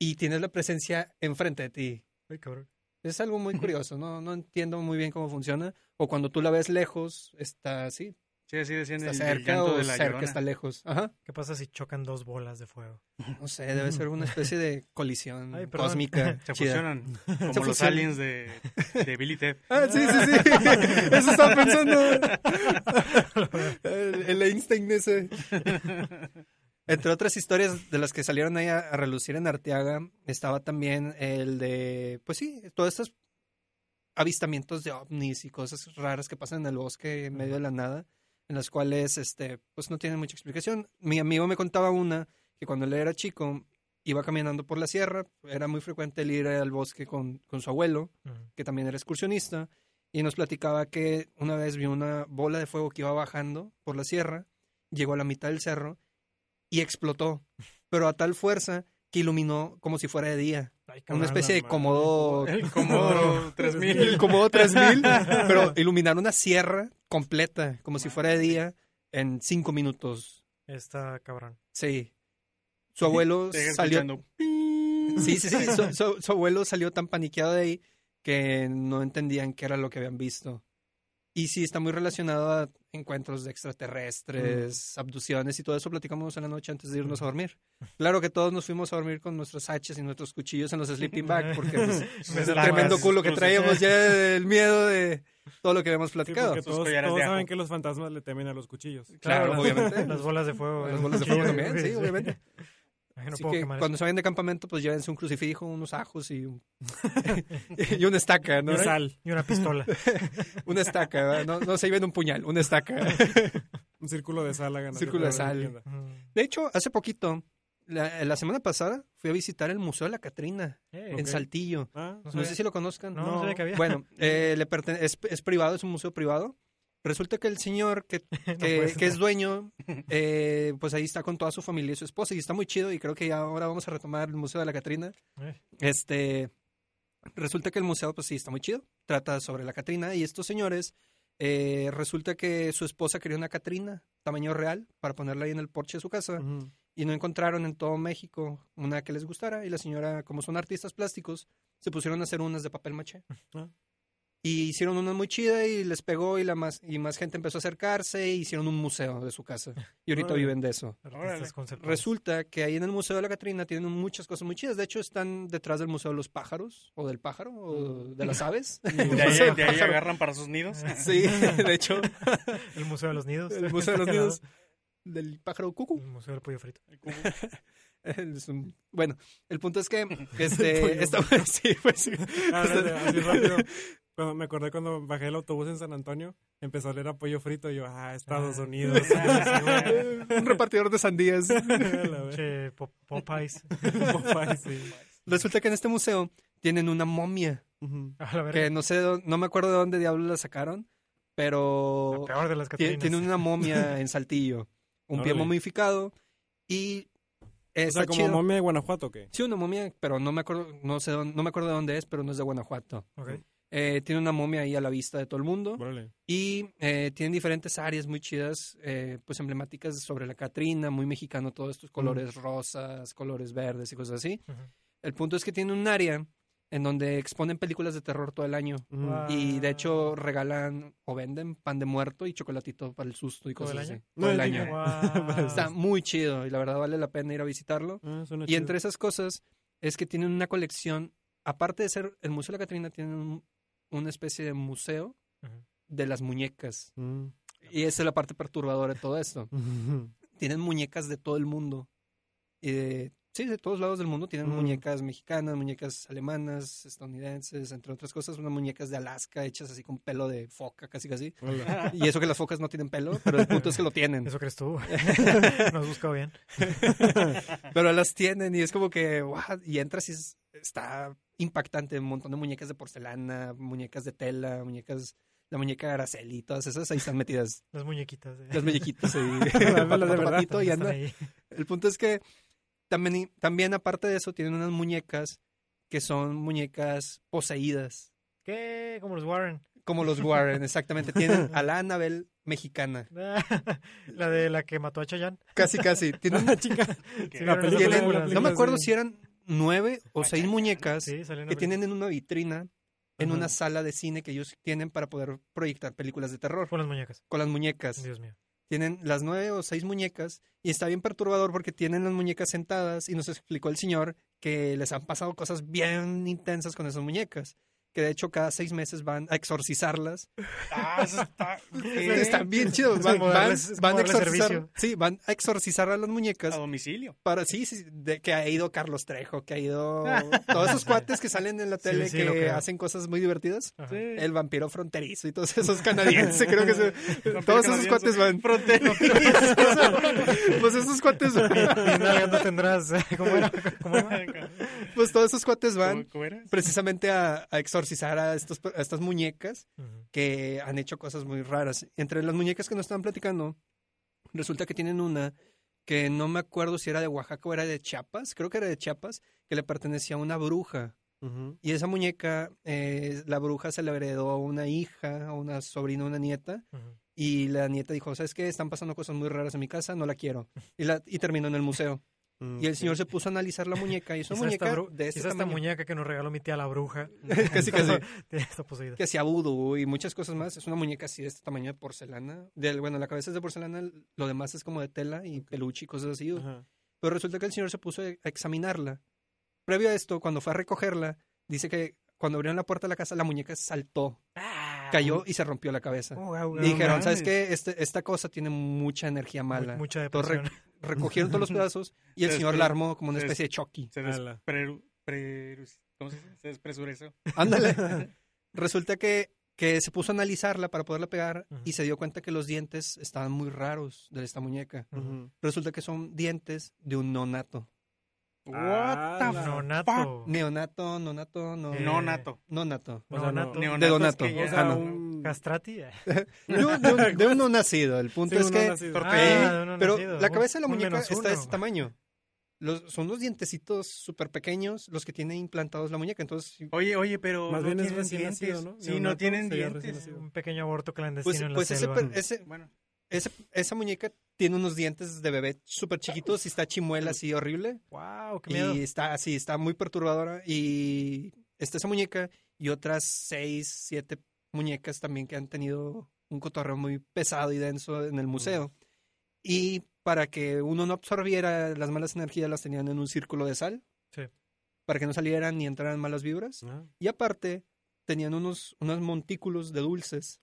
Speaker 5: y tienes la presencia enfrente de ti.
Speaker 1: Ay, cabrón.
Speaker 5: Es algo muy curioso, no, no entiendo muy bien cómo funciona. O cuando tú la ves lejos, está así,
Speaker 4: Sí, así decían
Speaker 5: está
Speaker 4: el, el
Speaker 5: cerca
Speaker 4: llanto
Speaker 5: o
Speaker 4: de la
Speaker 5: cerca
Speaker 4: llorona.
Speaker 5: está lejos. Ajá.
Speaker 1: ¿Qué pasa si chocan dos bolas de fuego?
Speaker 5: No sé, debe ser una especie de colisión
Speaker 1: Ay, perdón.
Speaker 5: cósmica.
Speaker 4: Se
Speaker 5: chida.
Speaker 4: fusionan. Como los
Speaker 5: fusionan.
Speaker 4: aliens de, de Billy Ted.
Speaker 5: Ah, sí, sí, sí. Eso estaba pensando. el, el Einstein ese. Entre otras historias de las que salieron ahí a, a relucir en Arteaga, estaba también el de, pues sí, todos estos avistamientos de ovnis y cosas raras que pasan en el bosque en medio de la nada, en las cuales, este, pues no tienen mucha explicación. Mi amigo me contaba una que cuando él era chico iba caminando por la sierra, era muy frecuente el ir al bosque con, con su abuelo,
Speaker 1: Ujú.
Speaker 5: que también era excursionista, y nos platicaba que una vez vio una bola de fuego que iba bajando por la sierra, llegó a la mitad del cerro y explotó, pero a tal fuerza que iluminó como si fuera de día,
Speaker 1: Ay, cabrón,
Speaker 5: una especie de
Speaker 1: la
Speaker 5: comodo,
Speaker 4: El Comodoro 3000.
Speaker 5: el comodo 3000, pero iluminar una sierra completa como si fuera de día en cinco minutos,
Speaker 1: madre. Está cabrón.
Speaker 5: sí. Su abuelo
Speaker 4: Te dejan
Speaker 5: salió
Speaker 4: escuchando.
Speaker 5: Sí, sí, sí. Su, su- su abuelo salió tan paniqueado de ahí que no entendían qué era lo que habían visto. Y sí, está muy relacionado a encuentros de extraterrestres, abducciones y todo eso platicamos en la noche antes de irnos a dormir. Claro que todos nos fuimos a dormir con nuestros haches y nuestros cuchillos en los sleeping bag porque pues,
Speaker 1: Me
Speaker 5: es el
Speaker 1: da
Speaker 5: tremendo
Speaker 1: más.
Speaker 5: culo que traíamos ya del miedo de, todo lo que habíamos
Speaker 3: Sí,
Speaker 5: platicado. pues,
Speaker 3: porque
Speaker 4: Sus
Speaker 3: todos,
Speaker 4: collares
Speaker 3: todos
Speaker 4: de ajo.
Speaker 3: saben que los fantasmas le temen a los cuchillos.
Speaker 5: claro, obviamente.
Speaker 1: Las bolas de fuego.
Speaker 5: Las
Speaker 1: eh,
Speaker 5: bolas de
Speaker 1: cuchillo,
Speaker 5: fuego también,
Speaker 1: güey,
Speaker 5: sí, obviamente.
Speaker 1: Ay, no
Speaker 5: Así
Speaker 1: puedo
Speaker 5: que
Speaker 1: quemar
Speaker 5: cuando
Speaker 1: eso.
Speaker 5: se vayan de campamento, pues llévense un crucifijo, unos ajos y, un- y una estaca, ¿no?
Speaker 3: No sal,
Speaker 1: Y una pistola.
Speaker 5: Una estaca, ¿verdad? no, no se lleven un puñal, una estaca.
Speaker 3: un círculo de sal. hagan así
Speaker 5: Círculo de
Speaker 3: alrededor la
Speaker 5: sal.
Speaker 3: tienda.
Speaker 1: Mm.
Speaker 5: De hecho, hace poquito, la, la semana pasada, fui a visitar el Museo de la Catrina
Speaker 1: Eh,
Speaker 5: en Saltillo.
Speaker 3: Ah,
Speaker 1: no
Speaker 5: No
Speaker 1: sabía.
Speaker 5: sé si lo conozcan.
Speaker 1: No, no sabía que había.
Speaker 5: Bueno, eh, le pertene- es, es privado, es un museo privado. Resulta que el señor que,
Speaker 1: No
Speaker 5: que,
Speaker 1: puedes
Speaker 5: que es
Speaker 1: entrar.
Speaker 5: dueño, eh, pues ahí está con toda su familia y su esposa y está muy chido y creo que ya ahora vamos a retomar el Museo de la Catrina.
Speaker 1: Eh.
Speaker 5: Este, resulta que el museo, pues sí, está muy chido. Trata sobre la Catrina y estos señores, eh, resulta que su esposa quería una Catrina, tamaño real, para ponerla ahí en el porche de su casa
Speaker 1: Ujú.
Speaker 5: y no encontraron en todo México una que les gustara y la señora, como son artistas plásticos, se pusieron a hacer unas de papel maché.
Speaker 3: Ah.
Speaker 5: Y hicieron una muy chida y les pegó y la más y más gente empezó a acercarse y hicieron un museo de su casa. Y ahorita
Speaker 1: Órale.
Speaker 5: viven de eso.
Speaker 1: Artistas conceptuales.
Speaker 5: Resulta que ahí en el Museo de la Catrina tienen muchas cosas muy chidas. De hecho, están detrás del Museo de los Pájaros o del pájaro o de las aves.
Speaker 4: De ahí, de ahí agarran para sus nidos.
Speaker 5: Sí, de hecho,
Speaker 1: El Museo de los Nidos.
Speaker 5: el Museo de los Nidos del pájaro cucu.
Speaker 1: El Museo del Pollo Frito.
Speaker 5: Es un- bueno, el punto es que este, esta, sí, pues, sí.
Speaker 3: Ah, no, no, así rápido. Cuando, me acordé cuando bajé el autobús en San Antonio, empezó a oler a pollo frito y yo, ah, Estados
Speaker 1: Ah.
Speaker 3: Unidos.
Speaker 5: un repartidor de sandías.
Speaker 3: La verdad.
Speaker 1: Che, Pop- Popeyes.
Speaker 3: Popeye, sí.
Speaker 5: Resulta que en este museo tienen una momia
Speaker 3: Ujú.
Speaker 1: A la
Speaker 5: que
Speaker 1: verga.
Speaker 5: no sé, dó- no me acuerdo de dónde diablos la sacaron, pero
Speaker 1: La peor de las
Speaker 5: tiene,
Speaker 1: Catrinas.
Speaker 5: tiene una momia en Saltillo, un pie
Speaker 3: Órale.
Speaker 5: momificado y
Speaker 3: O
Speaker 5: está
Speaker 3: sea, como
Speaker 5: chido.
Speaker 3: momia de Guanajuato, ¿o ¿qué?
Speaker 5: Sí, una momia, pero no me acuerdo, no sé, dónde- no me acuerdo de dónde es, pero no es de Guanajuato.
Speaker 1: Ok.
Speaker 5: Eh, tiene una momia ahí a la vista de todo el mundo.
Speaker 3: Órale.
Speaker 5: Y eh, tienen diferentes áreas muy chidas, eh, pues emblemáticas sobre la Catrina, muy mexicano, todos estos colores rosas, colores verdes y cosas así.
Speaker 1: Ujú.
Speaker 5: El punto es que tiene un área en donde exponen películas de terror todo el año.
Speaker 3: Ujú.
Speaker 1: Wow.
Speaker 5: Y de
Speaker 1: Ah.
Speaker 5: hecho regalan o venden pan de muerto y chocolatito para el susto y
Speaker 1: ¿Todo
Speaker 5: cosas
Speaker 1: el
Speaker 5: así.
Speaker 1: año?
Speaker 5: Todo el
Speaker 3: No,
Speaker 5: año.
Speaker 3: digo,
Speaker 1: Wow.
Speaker 5: Está muy chido y la verdad vale la pena ir a visitarlo.
Speaker 3: Ah, suena
Speaker 5: Y
Speaker 3: chido.
Speaker 5: entre esas cosas es que tienen una colección, aparte de ser el Museo de la Catrina, tienen un- una especie de museo
Speaker 1: Ujú.
Speaker 5: de las muñecas.
Speaker 3: Mm.
Speaker 5: Y esa es la parte perturbadora de todo esto. Tienen muñecas de todo el mundo. Y de- sí, de todos lados del mundo. Tienen
Speaker 3: Mm.
Speaker 5: muñecas mexicanas, muñecas alemanas, estadounidenses, entre otras cosas. Unas muñecas de Alaska hechas así con pelo de foca, casi casi.
Speaker 3: Hola.
Speaker 5: Y eso que las focas no tienen pelo, pero el punto es que lo tienen.
Speaker 1: Eso crees tú. Nos has buscado bien.
Speaker 5: Pero las tienen y es como que, "What?" y entras y es- está impactante. Un montón de muñecas de porcelana, muñecas de tela, muñecas... La muñeca de Araceli, todas esas ahí están metidas.
Speaker 1: Las muñequitas. eh,
Speaker 5: Las muñequitas ahí.
Speaker 3: Las de verdad.
Speaker 5: Patito y
Speaker 1: están
Speaker 5: anda.
Speaker 1: ahí.
Speaker 5: El punto es que también, también aparte de eso, tienen unas muñecas que son muñecas poseídas,
Speaker 1: ¿Qué? Como los Warren.
Speaker 5: como los Warren, exactamente. Tienen a la Annabelle mexicana.
Speaker 1: la de la que mató a Chayanne.
Speaker 5: Casi, casi. Tienen,
Speaker 1: Sí,
Speaker 3: La
Speaker 1: vieron esa
Speaker 3: película,
Speaker 5: tienen-
Speaker 1: película?
Speaker 3: la
Speaker 5: no me acuerdo
Speaker 3: sí.
Speaker 5: si eran nueve o seis muñecas
Speaker 1: Sí, salió en la
Speaker 5: que
Speaker 1: película.
Speaker 5: tienen en una vitrina, en
Speaker 1: Ajá.
Speaker 5: una sala de cine que ellos tienen para poder proyectar películas de terror
Speaker 1: Con las muñecas.
Speaker 5: con las muñecas.
Speaker 1: Dios mío.
Speaker 5: Tienen las nueve o seis muñecas y está bien perturbador porque tienen las muñecas sentadas y nos explicó el señor que les han pasado cosas bien intensas con esas muñecas. Que de hecho cada seis meses van a exorcizarlas.
Speaker 4: Ah, eso está. ¿qué?
Speaker 5: Están bien chidos.
Speaker 1: Es
Speaker 5: Van,
Speaker 1: como
Speaker 5: van-
Speaker 1: darles- es como
Speaker 5: van a
Speaker 1: darles
Speaker 5: exorcizar.
Speaker 1: servicio. Ah,
Speaker 5: Sí, van a exorcizar a las
Speaker 4: A
Speaker 5: muñecas
Speaker 4: domicilio.
Speaker 5: para sí, sí, de que ha ido Carlos Trejo, que ha ido todos esos cuates que salen en la
Speaker 1: Sí,
Speaker 5: tele
Speaker 1: sí, lo
Speaker 5: que
Speaker 1: creo.
Speaker 5: hacen cosas muy divertidas.
Speaker 1: Ajá.
Speaker 5: El vampiro fronterizo y todos esos canadienses, creo que se-
Speaker 4: Vampiro
Speaker 5: todos esos
Speaker 4: canadiense.
Speaker 5: cuates van.
Speaker 4: Fronterizo.
Speaker 5: pues esos cuates,
Speaker 1: Y nalga no tendrás. eh, ¿Cómo era? ¿Cómo era?
Speaker 5: pues todos esos cuates
Speaker 4: ¿Cómo-
Speaker 5: van
Speaker 4: cómo era?
Speaker 5: precisamente a, a exorcizar a, estos, a estas muñecas
Speaker 1: Ujú.
Speaker 5: que han hecho cosas muy raras. Entre las muñecas que nos estaban platicando, resulta que tienen una que no me acuerdo si era de Oaxaca o era de Chiapas, creo que era de Chiapas, que le pertenecía a una bruja.
Speaker 3: Ujú.
Speaker 5: Y esa muñeca, eh, la bruja se la heredó a una hija, a una sobrina, a una nieta,
Speaker 1: Ujú.
Speaker 5: y la nieta dijo, ¿sabes qué? Están pasando cosas muy raras en mi casa, no la quiero. Y, la, y terminó en el museo.
Speaker 3: Mm,
Speaker 5: Y el señor se puso a analizar la muñeca y es
Speaker 1: Quizá
Speaker 5: una
Speaker 1: esta
Speaker 5: muñeca
Speaker 1: bru-
Speaker 5: de
Speaker 1: Quizá
Speaker 5: este
Speaker 1: esta
Speaker 5: tamaño
Speaker 1: muñeca que nos regaló mi tía la bruja.
Speaker 5: Casi, casi.
Speaker 1: Está poseída.
Speaker 5: que hacía vudú y muchas cosas más. Es una muñeca así de este tamaño de porcelana. Del, bueno, la cabeza es de porcelana, lo demás es como de tela y peluche y cosas así.
Speaker 3: Ajá.
Speaker 5: Pero resulta que el señor se puso a examinarla.
Speaker 1: Ah,
Speaker 5: Previo a esto, cuando fue a recogerla, dice que cuando abrieron la puerta de la casa, la muñeca saltó.
Speaker 1: uh,
Speaker 5: cayó y se rompió la cabeza.
Speaker 1: Oh, wow, wow,
Speaker 5: Y dijeron,
Speaker 4: mames.
Speaker 5: ¿sabes qué? Este- esta cosa tiene mucha energía
Speaker 1: mu-
Speaker 5: mala.
Speaker 1: Mucha
Speaker 5: Entonces,
Speaker 1: depresión.
Speaker 5: recogieron todos los pedazos y el
Speaker 4: Se
Speaker 5: señor
Speaker 4: despre-
Speaker 5: la armó como una
Speaker 4: se
Speaker 5: especie de Chucky.
Speaker 4: Se
Speaker 3: Ala.
Speaker 4: despre- pre- ¿Cómo se dice? Se despresurizó.
Speaker 5: Ándale. Resulta que, que se puso a analizarla para poderla pegar
Speaker 1: Ajá.
Speaker 5: y se dio cuenta que los dientes estaban muy raros de esta muñeca.
Speaker 1: Ujú.
Speaker 5: Resulta que son dientes de un nonato.
Speaker 3: What the
Speaker 1: Nonato.
Speaker 5: Neonato, nonato, no,
Speaker 1: Eh,
Speaker 4: No nato.
Speaker 5: nonato.
Speaker 3: o sea, no-
Speaker 1: Nonato.
Speaker 4: Neonato
Speaker 5: de Donato.
Speaker 4: es que
Speaker 3: O
Speaker 4: ya-
Speaker 5: Ah,
Speaker 3: sea,
Speaker 5: no.
Speaker 3: un...
Speaker 1: Castrati. eh.
Speaker 5: De un, de un- de un no nacido. El punto
Speaker 3: sí,
Speaker 5: es
Speaker 3: un
Speaker 5: que...
Speaker 3: nacido.
Speaker 4: Torpe-
Speaker 1: Ah, de uno
Speaker 5: Pero
Speaker 1: nacido.
Speaker 5: la
Speaker 1: Un-
Speaker 5: cabeza de la
Speaker 1: un
Speaker 5: muñeca
Speaker 1: menos
Speaker 5: está de
Speaker 1: uno.
Speaker 5: ese tamaño. Los, son los dientecitos súper pequeños los que tiene implantados la muñeca. Entonces, sí,
Speaker 4: Oye, oye, pero
Speaker 3: Más
Speaker 4: no
Speaker 3: bien es
Speaker 4: tienen
Speaker 3: recién
Speaker 4: dientes.
Speaker 3: nacido, ¿no?
Speaker 4: Sí, no
Speaker 3: Neonato
Speaker 4: tienen
Speaker 3: sería recién
Speaker 4: dientes.
Speaker 3: nacido.
Speaker 1: Un pequeño aborto clandestino
Speaker 5: pues,
Speaker 1: en la
Speaker 5: pues ese
Speaker 1: selva.
Speaker 5: per- ese-
Speaker 4: Bueno,
Speaker 5: ese- esa muñeca tiene unos dientes de bebé súper chiquitos y está chimuela así horrible.
Speaker 1: Wow, qué miedo.
Speaker 5: Y está así, está muy perturbadora. Y está esa muñeca y otras seis, siete muñecas también que han tenido un cotorreo muy pesado y denso
Speaker 1: Mm.
Speaker 5: en el museo. Y para que uno no absorbiera las malas energías, las tenían en un círculo de sal.
Speaker 1: Sí.
Speaker 5: Para que no salieran ni entraran malas vibras.
Speaker 3: Ah,
Speaker 5: Y aparte, tenían unos, unos montículos de dulces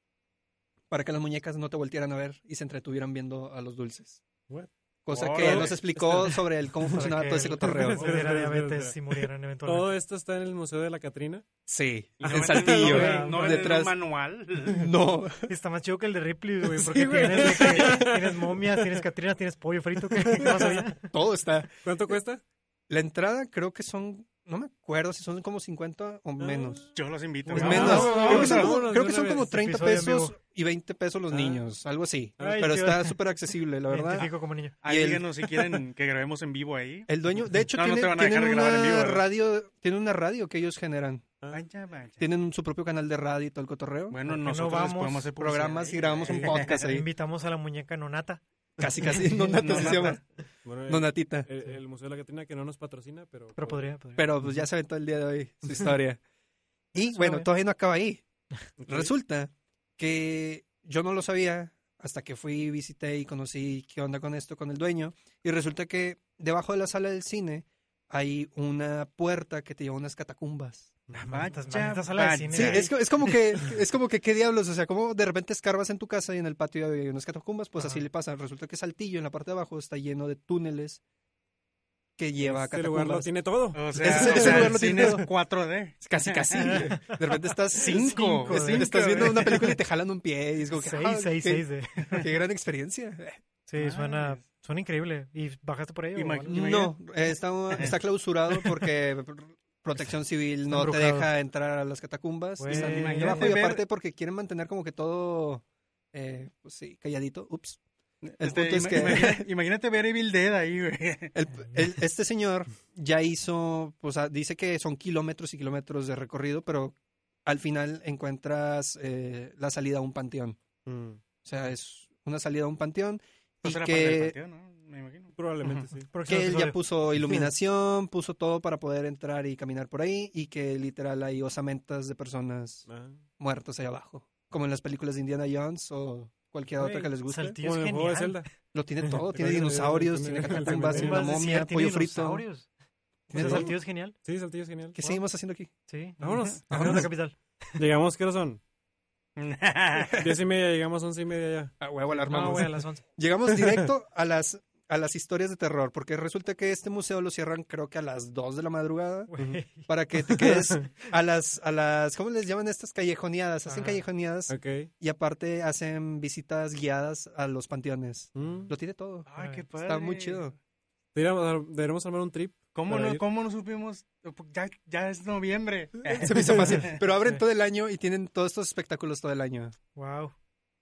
Speaker 5: para que las muñecas no te voltieran a ver y se entretuvieran viendo a los dulces.
Speaker 3: What?
Speaker 1: Oh,
Speaker 5: Cosa que
Speaker 4: Órale.
Speaker 5: nos explicó sobre el cómo
Speaker 1: Para
Speaker 5: funcionaba
Speaker 1: que
Speaker 5: todo ese
Speaker 1: el-
Speaker 5: cotorreo.
Speaker 3: Espera,
Speaker 1: Hubiera
Speaker 3: espera,
Speaker 1: diabetes
Speaker 3: espera.
Speaker 1: y murieran eventualmente.
Speaker 3: Todo esto está en el Museo de la Catrina.
Speaker 5: Sí,
Speaker 4: ¿y no
Speaker 5: en
Speaker 4: venden-
Speaker 5: Saltillo.
Speaker 4: no venden- No venden un
Speaker 5: detrás.
Speaker 4: manual.
Speaker 5: No,
Speaker 1: Está más chido que el de Ripley, güey,
Speaker 3: Sí,
Speaker 1: porque
Speaker 3: güey.
Speaker 1: tienes, de que tienes momias, tienes Catrina, tienes pollo frito, que no sabía.
Speaker 5: todo está.
Speaker 3: ¿Cuánto cuesta?
Speaker 5: La entrada creo que son, no me acuerdo si son como 50 o menos.
Speaker 4: Yo los invito.
Speaker 1: Pues
Speaker 4: ¿no?
Speaker 5: Es menos.
Speaker 1: vamos,
Speaker 5: creo que
Speaker 1: vamos,
Speaker 5: son, como,
Speaker 3: Ah, vámonos
Speaker 5: creo
Speaker 3: de
Speaker 5: que
Speaker 3: una
Speaker 5: son como
Speaker 3: vez.
Speaker 5: 30
Speaker 1: Episodio en
Speaker 5: pesos
Speaker 1: vivo.
Speaker 5: y 20 pesos los
Speaker 3: Ah.
Speaker 5: niños, algo así.
Speaker 1: Ay,
Speaker 5: Pero
Speaker 1: tío.
Speaker 5: está súper accesible, la
Speaker 1: Me
Speaker 5: verdad.
Speaker 1: identifico como niño.
Speaker 4: Ahí
Speaker 5: Y el-
Speaker 4: díganos si quieren que grabemos en vivo ahí.
Speaker 5: El dueño, de hecho,
Speaker 4: No, no
Speaker 5: tiene,
Speaker 4: te van a
Speaker 5: tienen
Speaker 4: dejar grabar en
Speaker 5: una
Speaker 4: vivo, ¿verdad?
Speaker 5: radio, tiene una radio que ellos generan.
Speaker 4: Vaya, vaya.
Speaker 5: Tienen su propio canal de radio y todo el cotorreo.
Speaker 4: Bueno,
Speaker 1: ¿Por qué no
Speaker 4: nosotros les
Speaker 1: vamos
Speaker 4: podemos hacer publicidad
Speaker 5: programas
Speaker 4: ahí.
Speaker 5: y grabamos un podcast ahí.
Speaker 1: Invitamos a la muñeca nonata.
Speaker 5: Casi, casi. Nonata
Speaker 4: No,
Speaker 5: se
Speaker 4: nata.
Speaker 5: llama.
Speaker 3: Ah, Bueno, el,
Speaker 5: Nonatita.
Speaker 3: el- el Museo de la Catrina que no nos patrocina, pero...
Speaker 1: Pero podría, podría.
Speaker 5: Pero pues ya se aventó el día de hoy su historia.
Speaker 4: Pues,
Speaker 5: Y bueno,
Speaker 1: bien.
Speaker 5: todavía no acaba ahí.
Speaker 3: Ok.
Speaker 5: Resulta que yo no lo sabía hasta que fui, visité y conocí qué onda con esto, con el dueño. Y resulta que debajo de la sala del cine hay una puerta que te lleva a unas catacumbas.
Speaker 1: Nah,
Speaker 4: Vaya,
Speaker 1: malditas- malditas salas de
Speaker 4: vaya.
Speaker 1: cine,
Speaker 5: ah, Sí,
Speaker 1: güey.
Speaker 5: es, co- es como que, es como que, ¿qué diablos? O sea, como de repente escarbas en tu casa y en el patio hay unas catacumbas, pues así
Speaker 1: Ajá.
Speaker 5: le pasa. Resulta que Saltillo, en la parte de abajo, está lleno de túneles que lleva a
Speaker 3: Este lugar lo
Speaker 5: catacumbas. Ah.
Speaker 3: tiene todo.
Speaker 4: O sea,
Speaker 5: Ese-
Speaker 4: o
Speaker 5: ese
Speaker 4: sea,
Speaker 5: lugar
Speaker 4: el
Speaker 5: lo
Speaker 4: cine
Speaker 5: tiene
Speaker 4: es
Speaker 5: todo.
Speaker 4: 4D.
Speaker 5: Casi, casi. De repente estás cinco.
Speaker 1: Cinco,
Speaker 5: Es-
Speaker 1: cinco,
Speaker 5: estás viendo
Speaker 1: güey.
Speaker 5: una película y te jalan un pie. Y es como que, ah,
Speaker 1: Seis, seis,
Speaker 5: qué,
Speaker 1: seis. de-
Speaker 5: qué gran experiencia.
Speaker 1: Sí, suena,
Speaker 4: Mames.
Speaker 1: suena increíble. ¿Y bajaste por ahí? o
Speaker 4: Imag-
Speaker 1: algo?
Speaker 4: ¿Y
Speaker 5: No, eh, está, está clausurado porque Protección Civil no te
Speaker 1: embrujado.
Speaker 5: deja entrar a las catacumbas.
Speaker 1: Güey,
Speaker 5: Y están
Speaker 1: imagínate
Speaker 5: debajo, y
Speaker 4: ver-
Speaker 5: aparte porque quieren mantener como que todo, eh, pues sí, calladito. Ups. El
Speaker 4: Este,
Speaker 5: punto es
Speaker 4: ima-
Speaker 5: que...
Speaker 4: imagina- Imagínate ver Evil Dead ahí, güey.
Speaker 5: El- el- este señor ya hizo, o sea, dice que son kilómetros y kilómetros de recorrido, pero al final encuentras eh, la salida a un panteón.
Speaker 3: Mm,
Speaker 5: O sea, es una salida a un panteón
Speaker 4: No
Speaker 5: y
Speaker 4: será parte del
Speaker 5: que,
Speaker 4: panteón, ¿no? Me imagino.
Speaker 3: Probablemente sí.
Speaker 1: Próximo
Speaker 5: que él
Speaker 1: episodio.
Speaker 5: ya puso iluminación, puso todo para poder entrar y caminar por ahí y que literal hay osamentas de personas
Speaker 3: Ah.
Speaker 5: muertas ahí abajo, como en las películas de Indiana Jones o cualquier otra
Speaker 3: Güey,
Speaker 5: que les guste.
Speaker 1: Saltillo es
Speaker 3: Como en el juego de
Speaker 1: genial.
Speaker 3: Zelda.
Speaker 5: Lo tiene todo,
Speaker 3: ¿Te
Speaker 5: tiene
Speaker 3: acuerdas de-
Speaker 5: dinosaurios, tiene
Speaker 3: de-
Speaker 5: catacumbas, tiene una
Speaker 1: Tumbas de
Speaker 5: momia,
Speaker 1: sierra, tiene
Speaker 5: pollo frito.
Speaker 1: dinosaurios.
Speaker 5: Tiene
Speaker 1: O sea,
Speaker 5: todo.
Speaker 1: Saltillo es genial.
Speaker 3: Sí, Saltillo es genial.
Speaker 5: ¿Qué
Speaker 3: Wow.
Speaker 5: seguimos haciendo aquí?
Speaker 1: Sí.
Speaker 3: Vámonos.
Speaker 1: Vámonos a la
Speaker 3: Vámonos.
Speaker 1: capital.
Speaker 3: Llegamos, ¿qué hora son?
Speaker 4: Ay,
Speaker 3: Diez y media, llegamos once y media ya.
Speaker 5: A huevo, la
Speaker 1: No,
Speaker 5: armamos.
Speaker 1: Ah, güey, a las 11.
Speaker 5: Ah, Llegamos directo a las a las historias de terror, porque resulta que este museo lo cierran creo que a las 2 de la madrugada
Speaker 1: Güey.
Speaker 5: para que te quedes a las a las ¿cómo les llaman estas callejoneadas? Hacen
Speaker 1: Ajá.
Speaker 5: callejoneadas
Speaker 3: Ok.
Speaker 5: y aparte hacen visitas guiadas a los panteones.
Speaker 3: Mm.
Speaker 5: Lo tiene todo.
Speaker 4: qué padre.
Speaker 5: Está muy chido.
Speaker 3: Deberíamos, deberíamos armar un trip.
Speaker 4: ¿Cómo
Speaker 3: Para
Speaker 4: no,
Speaker 3: ir.
Speaker 4: ¿Cómo no supimos? Ya, ya es noviembre.
Speaker 5: Se me hizo fácil, pero abren todo el año y tienen todos estos espectáculos todo el año,
Speaker 1: Wow.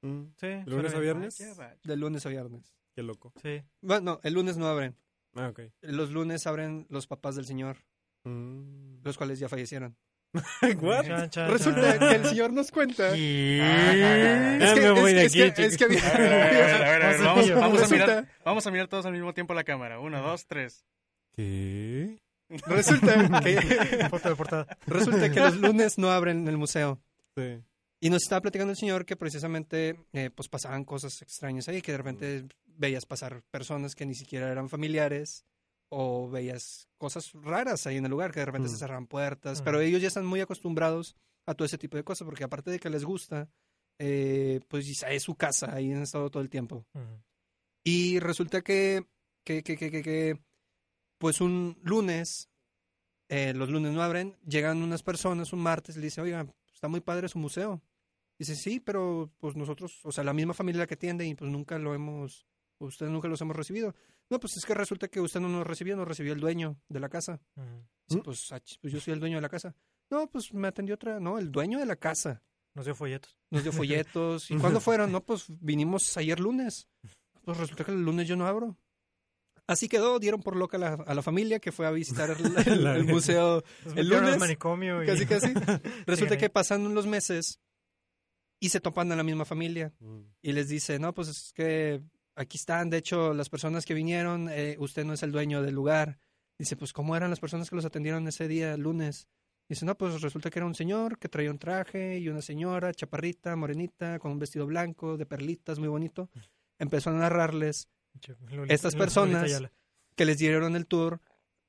Speaker 3: Mm.
Speaker 1: Sí.
Speaker 3: ¿De lunes
Speaker 1: suena
Speaker 3: a
Speaker 1: bien.
Speaker 3: viernes?
Speaker 4: Vaya, vaya.
Speaker 5: de lunes a viernes.
Speaker 3: Qué loco.
Speaker 1: Sí.
Speaker 5: Bueno, no, el lunes no abren.
Speaker 3: Ah, ok.
Speaker 5: Los lunes abren los papás del señor,
Speaker 3: Mm.
Speaker 5: los cuales ya fallecieron.
Speaker 3: What?
Speaker 1: Chan, chan,
Speaker 5: Resulta
Speaker 1: chan.
Speaker 5: que el señor nos cuenta
Speaker 4: Ah,
Speaker 5: Es que,
Speaker 3: ah. Ya me voy
Speaker 5: es-
Speaker 3: de
Speaker 5: es
Speaker 3: aquí,
Speaker 5: que- es que
Speaker 4: A ver, a ver, a ver, a ver, a ver,
Speaker 1: Vamos a
Speaker 4: Vamos,
Speaker 1: pillar.
Speaker 4: vamos a
Speaker 5: Resulta-
Speaker 4: mirar, vamos a mirar todos al mismo tiempo la cámara. Uno, dos, tres.
Speaker 3: ¿Qué?
Speaker 5: resulta, que,
Speaker 1: Foto de portada.
Speaker 5: resulta que los lunes no abren el museo.
Speaker 3: Sí.
Speaker 5: Y nos estaba platicando el señor que precisamente eh, pues pasaban cosas extrañas ahí, que de repente veías pasar personas que ni siquiera eran familiares o veías cosas raras ahí en el lugar, que de repente
Speaker 3: Mm.
Speaker 5: se cerraban puertas,
Speaker 1: Mm.
Speaker 5: pero ellos ya están muy acostumbrados a todo ese tipo de cosas, porque aparte de que les gusta, eh, pues es su casa, ahí han estado todo el tiempo.
Speaker 1: Ujú.
Speaker 5: Y resulta que, que, que, que, que- que, pues un lunes, eh, los lunes no abren, llegan unas personas un martes y le dicen, oiga, está muy padre su museo. Dice, sí, pero pues nosotros, o sea, la misma familia la que atiende y pues nunca lo hemos, ustedes nunca los hemos recibido. No, pues es que resulta que usted no nos recibió, nos recibió el dueño de la casa.
Speaker 1: Ujú.
Speaker 5: Dice,
Speaker 1: ¿Mm?
Speaker 5: pues, ah, ch- pues yo soy el dueño de la casa. No, pues me atendió otra, no, el dueño de la casa
Speaker 1: Nos dio folletos.
Speaker 5: nos dio folletos. ¿Y cuándo fueron? No, pues vinimos ayer lunes. Pues resulta que el lunes yo no abro. Así quedó, dieron por loca a la, a la familia que fue a visitar el, el- el museo.
Speaker 1: Nos
Speaker 5: El
Speaker 1: metieron al
Speaker 5: lunes,
Speaker 1: manicomio. y-
Speaker 5: Casi, casi. Resulta
Speaker 1: ahí.
Speaker 5: que pasan los meses y se topan a la misma familia
Speaker 3: Mm.
Speaker 5: y les dice, no, pues es que aquí están, de hecho, las personas que vinieron, eh, usted no es el dueño del lugar. Dice, pues, ¿cómo eran las personas que los atendieron ese día, el lunes? Dice, no, pues resulta que era un señor que traía un traje y una señora, chaparrita, morenita, con un vestido blanco, de perlitas, muy bonito. Empezó a narrarles
Speaker 1: Che, Loli-
Speaker 5: Estas
Speaker 1: Loli-
Speaker 5: personas-
Speaker 1: Lolita Ayala.
Speaker 5: que les dieron el tour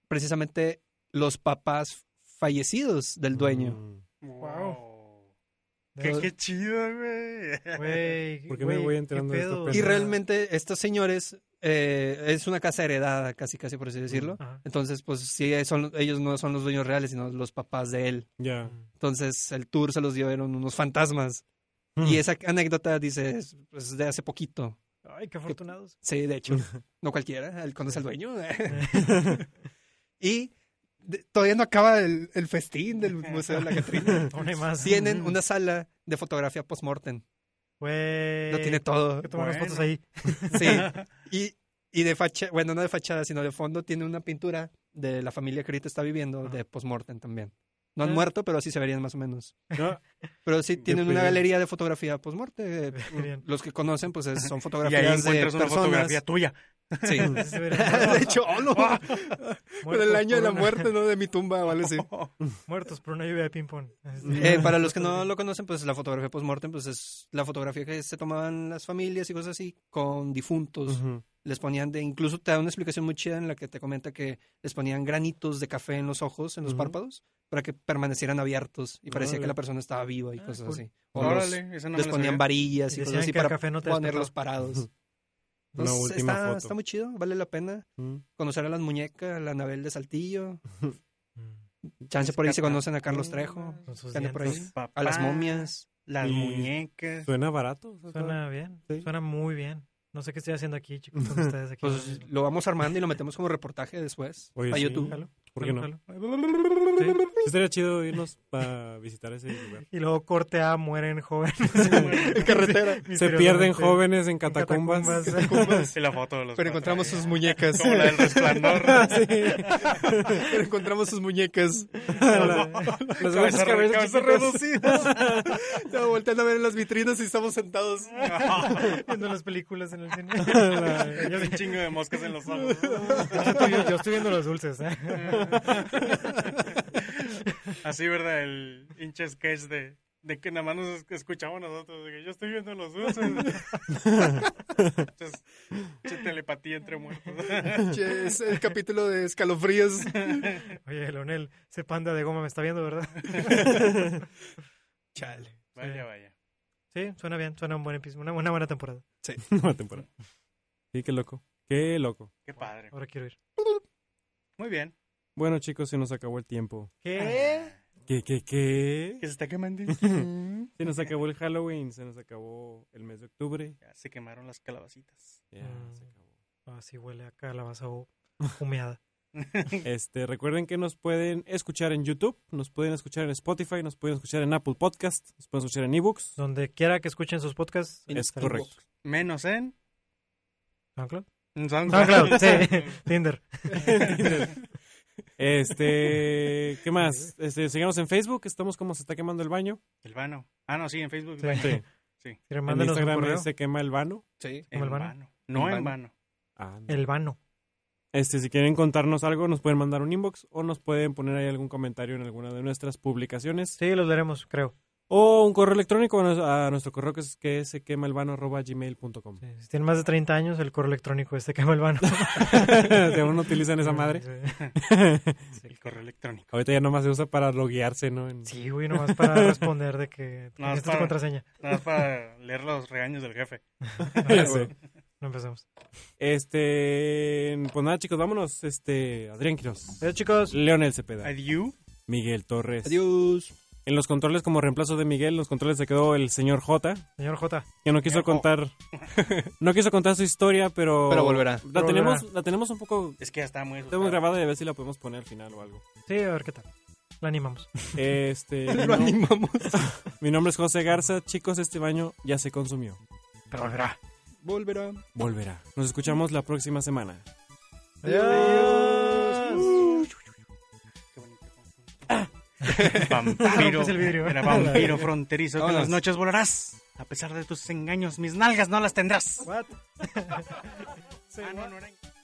Speaker 5: precisamente los papás fallecidos del
Speaker 3: Mm.
Speaker 5: dueño.
Speaker 1: Wow.
Speaker 4: Wow. Qué,
Speaker 1: Güey,
Speaker 4: qué chido, güey.
Speaker 1: Güey,
Speaker 3: ¿Por qué me voy enterando de estos
Speaker 1: pedo?
Speaker 3: pedos?
Speaker 5: Y
Speaker 1: Ajá.
Speaker 5: realmente estos señores, eh, es una casa heredada, casi, casi por así decirlo.
Speaker 1: Ajá.
Speaker 5: Entonces, pues sí, son, ellos no son los dueños reales, sino los papás de él.
Speaker 3: Ya.
Speaker 5: Entonces, el tour se los dieron unos fantasmas.
Speaker 1: Hmm.
Speaker 5: Y esa anécdota, dice, es pues, de hace poquito.
Speaker 3: Mm.
Speaker 1: Ay, qué afortunados.
Speaker 5: Sí, de hecho. no cualquiera, él conoce al dueño. y de- todavía no acaba el, el festín del Museo de la Catrina.
Speaker 1: Aún hay más.
Speaker 5: Tienen una sala de fotografía post-mortem.
Speaker 1: Güey.
Speaker 5: Lo tiene todo.
Speaker 1: Hay que tomar unas fotos
Speaker 4: Bueno.
Speaker 1: ahí.
Speaker 5: Sí. Y, y de fachada, bueno, no de fachada, sino de fondo tiene una pintura de la familia que ahorita está viviendo, de postmortem también. No han
Speaker 1: Ah.
Speaker 5: muerto, pero sí se verían más o menos.
Speaker 3: No,
Speaker 5: Pero sí tienen una
Speaker 3: pedo.
Speaker 5: galería de fotografía postmortem.
Speaker 1: Qué bien.
Speaker 5: Los que conocen, pues es- son
Speaker 4: Y ahí
Speaker 5: fotografías de
Speaker 4: encuentras una
Speaker 5: personas.
Speaker 4: fotografía Ah. tuya.
Speaker 5: Sí.
Speaker 1: Así se vería.
Speaker 5: de hecho, oh, no. Por el
Speaker 1: Muertos
Speaker 5: año
Speaker 1: por
Speaker 5: de la
Speaker 1: una-
Speaker 5: muerte, ¿no? De mi tumba o algo así.
Speaker 4: Oh.
Speaker 1: Muertos por una lluvia de ping-pong.
Speaker 5: Eh, para los que no lo conocen, pues la fotografía postmortem pues es la fotografía que se tomaban las familias y cosas así con difuntos.
Speaker 3: Ujú.
Speaker 5: les ponían de incluso te da una explicación muy chida en la que te comenta que les ponían granitos de café en los ojos, en los
Speaker 3: Ujú.
Speaker 5: párpados, para que permanecieran abiertos y parecía que
Speaker 3: Órale.
Speaker 5: la persona estaba viva y
Speaker 1: Ah,
Speaker 5: cosas
Speaker 1: cool.
Speaker 5: así. O los-
Speaker 4: Órale, esa no me
Speaker 5: les
Speaker 4: la
Speaker 5: ponían
Speaker 4: sabía.
Speaker 5: varillas y,
Speaker 1: Y
Speaker 5: cosas
Speaker 1: decían
Speaker 5: así
Speaker 1: que el
Speaker 5: para
Speaker 1: café no te
Speaker 5: ponerlos
Speaker 1: despertaba.
Speaker 5: parados.
Speaker 3: Ujú. Una
Speaker 5: Entonces,
Speaker 3: última
Speaker 5: está,
Speaker 3: foto.
Speaker 5: está muy chido, vale la pena
Speaker 3: Ujú.
Speaker 5: conocer a las muñecas, a la Anabel de Saltillo,
Speaker 1: Mm,
Speaker 5: chance por ahí se
Speaker 4: Catatunas.
Speaker 5: conocen a Carlos Trejo,
Speaker 1: Con sus
Speaker 5: que anda por ahí,
Speaker 1: dientes.
Speaker 4: Papás,
Speaker 5: a las momias.
Speaker 4: Las
Speaker 3: Y-
Speaker 4: muñecas.
Speaker 3: Suena barato. o sea,
Speaker 1: Suena bien.
Speaker 3: Ah, Sí.
Speaker 1: Suena muy bien. No sé qué estoy haciendo aquí, chicos, con ustedes aquí. ahora
Speaker 5: Pues
Speaker 1: mismo.
Speaker 5: lo vamos armando y lo metemos como reportaje después
Speaker 3: Oye,
Speaker 5: a
Speaker 3: sí.
Speaker 5: YouTube.
Speaker 1: Jalo,
Speaker 3: ¿Por qué
Speaker 1: jalo,
Speaker 3: no? Sí,
Speaker 1: jalo.
Speaker 3: Estaría chido irnos para visitar ese lugar.
Speaker 1: Y luego corte A, mueren jóvenes.
Speaker 5: En carretera.
Speaker 3: Se pierden jóvenes en catacumbas.
Speaker 4: Y la foto de los cuatro
Speaker 5: Pero encontramos
Speaker 4: ahí.
Speaker 5: sus muñecas.
Speaker 4: Como la del resplandor.
Speaker 5: Pero encontramos sus muñecas.
Speaker 3: Las cabezas, cabezas
Speaker 4: Cabeza cabeza
Speaker 3: chiquitas.
Speaker 4: reducida.
Speaker 5: Estaba volteando a ver en las vitrinas y estamos sentados.
Speaker 1: viendo las películas en el cine.
Speaker 4: Yo un chingo de moscas en los ojos.
Speaker 1: yo, yo estoy viendo los dulces. ¿eh?
Speaker 4: Así, ¿verdad? El hinche sketch de, de que nada más nos escuchamos nosotros. de que yo estoy viendo los dulces. Entonces, che, telepatía entre muertos.
Speaker 5: Che, es el capítulo de escalofríos.
Speaker 1: Oye, Leonel, ese panda de goma me está viendo, ¿verdad?
Speaker 5: Chale.
Speaker 4: Vaya, vaya.
Speaker 1: Sí, suena bien, suena un buen episodio, una, una buena temporada.
Speaker 3: Nueva temporada. Sí, qué loco. Qué loco.
Speaker 4: Qué padre.
Speaker 1: Ahora quiero ir.
Speaker 4: Muy bien.
Speaker 3: Bueno, chicos, se nos acabó el tiempo.
Speaker 1: ¿Qué?
Speaker 3: ¿Qué, qué, qué?
Speaker 4: Que se está quemando.
Speaker 3: Se nos acabó el Halloween, se nos acabó el mes de octubre.
Speaker 4: Ya se quemaron las calabacitas.
Speaker 3: Ya,
Speaker 1: Mm.
Speaker 3: se acabó.
Speaker 1: Así huele a calabaza hu- humeada.
Speaker 3: Este, recuerden que nos pueden escuchar en YouTube, nos pueden escuchar en Spotify, nos pueden escuchar en Apple Podcast, nos pueden escuchar en ebooks.
Speaker 1: Donde quiera que escuchen sus podcasts. ahí
Speaker 3: Es
Speaker 1: estaremos.
Speaker 3: correcto.
Speaker 4: Menos en
Speaker 1: SoundCloud.
Speaker 4: SoundCloud.
Speaker 1: SoundCloud, sí. Tinder.
Speaker 3: Este, ¿qué más? Este, síganos en Facebook, estamos como se está quemando el baño.
Speaker 4: El vano. Ah, no, sí, en Facebook.
Speaker 1: Sí.
Speaker 4: el
Speaker 3: Sí.
Speaker 1: Mira,
Speaker 3: En
Speaker 1: Mándanos un
Speaker 3: Instagram
Speaker 1: correo.
Speaker 3: es se quema el vano.
Speaker 5: Sí.
Speaker 1: ¿Como el vano?
Speaker 4: No
Speaker 5: El
Speaker 4: en
Speaker 5: vano.
Speaker 4: vano.
Speaker 3: Ah, no.
Speaker 1: El vano.
Speaker 3: Este, si quieren contarnos algo, nos pueden mandar un inbox o nos pueden poner ahí algún comentario en alguna de nuestras publicaciones.
Speaker 1: Sí, los leeremos, creo.
Speaker 3: O un correo electrónico a, nos- a nuestro correo que es que se quema el vano arroba gmail.com.
Speaker 1: Sí, Si tienen más de 30 años, el correo electrónico este que me el vano.
Speaker 3: Si aún no utilizan esa madre.
Speaker 1: Sí.
Speaker 4: El correo electrónico.
Speaker 3: Ahorita ya nomás se usa para loguearse, ¿no? En-
Speaker 1: Sí, güey, nomás para responder de que esta
Speaker 4: Nomás
Speaker 1: es tu
Speaker 4: para-
Speaker 1: contraseña.
Speaker 4: Nada más para leer los regaños del jefe.
Speaker 3: Ya sé.
Speaker 1: No empezamos.
Speaker 3: Este, pues nada, chicos, vámonos. Este, Adrián Quiroz,
Speaker 1: Adiós, chicos.
Speaker 3: Leonel Cepeda,
Speaker 4: Adiós.
Speaker 3: Miguel Torres.
Speaker 5: Adiós.
Speaker 3: En los controles, como reemplazo de Miguel, los controles se quedó el señor J,
Speaker 1: Señor J.
Speaker 3: que no
Speaker 5: Eh,
Speaker 3: quiso
Speaker 4: Señor J.
Speaker 3: contar, no quiso contar su historia, pero
Speaker 5: oh. Pero volverá.
Speaker 3: la tenemos, la tenemos un poco,
Speaker 4: Es que ya está muy asustado.
Speaker 3: tenemos grabada y a ver si la podemos poner al final o algo.
Speaker 1: Sí, a ver qué tal. La animamos.
Speaker 3: Este, mi,
Speaker 5: Lo
Speaker 3: nom-
Speaker 5: animamos.
Speaker 3: mi nombre es José Garza, chicos, este baño ya se consumió,
Speaker 1: Pero volverá.
Speaker 5: Volverá.
Speaker 3: volverá. Nos escuchamos la próxima semana.
Speaker 1: Adiós.
Speaker 4: Qué bonito. Vampiro,
Speaker 1: Rompes el vidrio.
Speaker 4: era vampiro fronterizo que en las
Speaker 5: Vámonos.
Speaker 4: noches volarás. A pesar de tus engaños, mis nalgas no las tendrás.
Speaker 1: What?
Speaker 4: Ah, no, no era-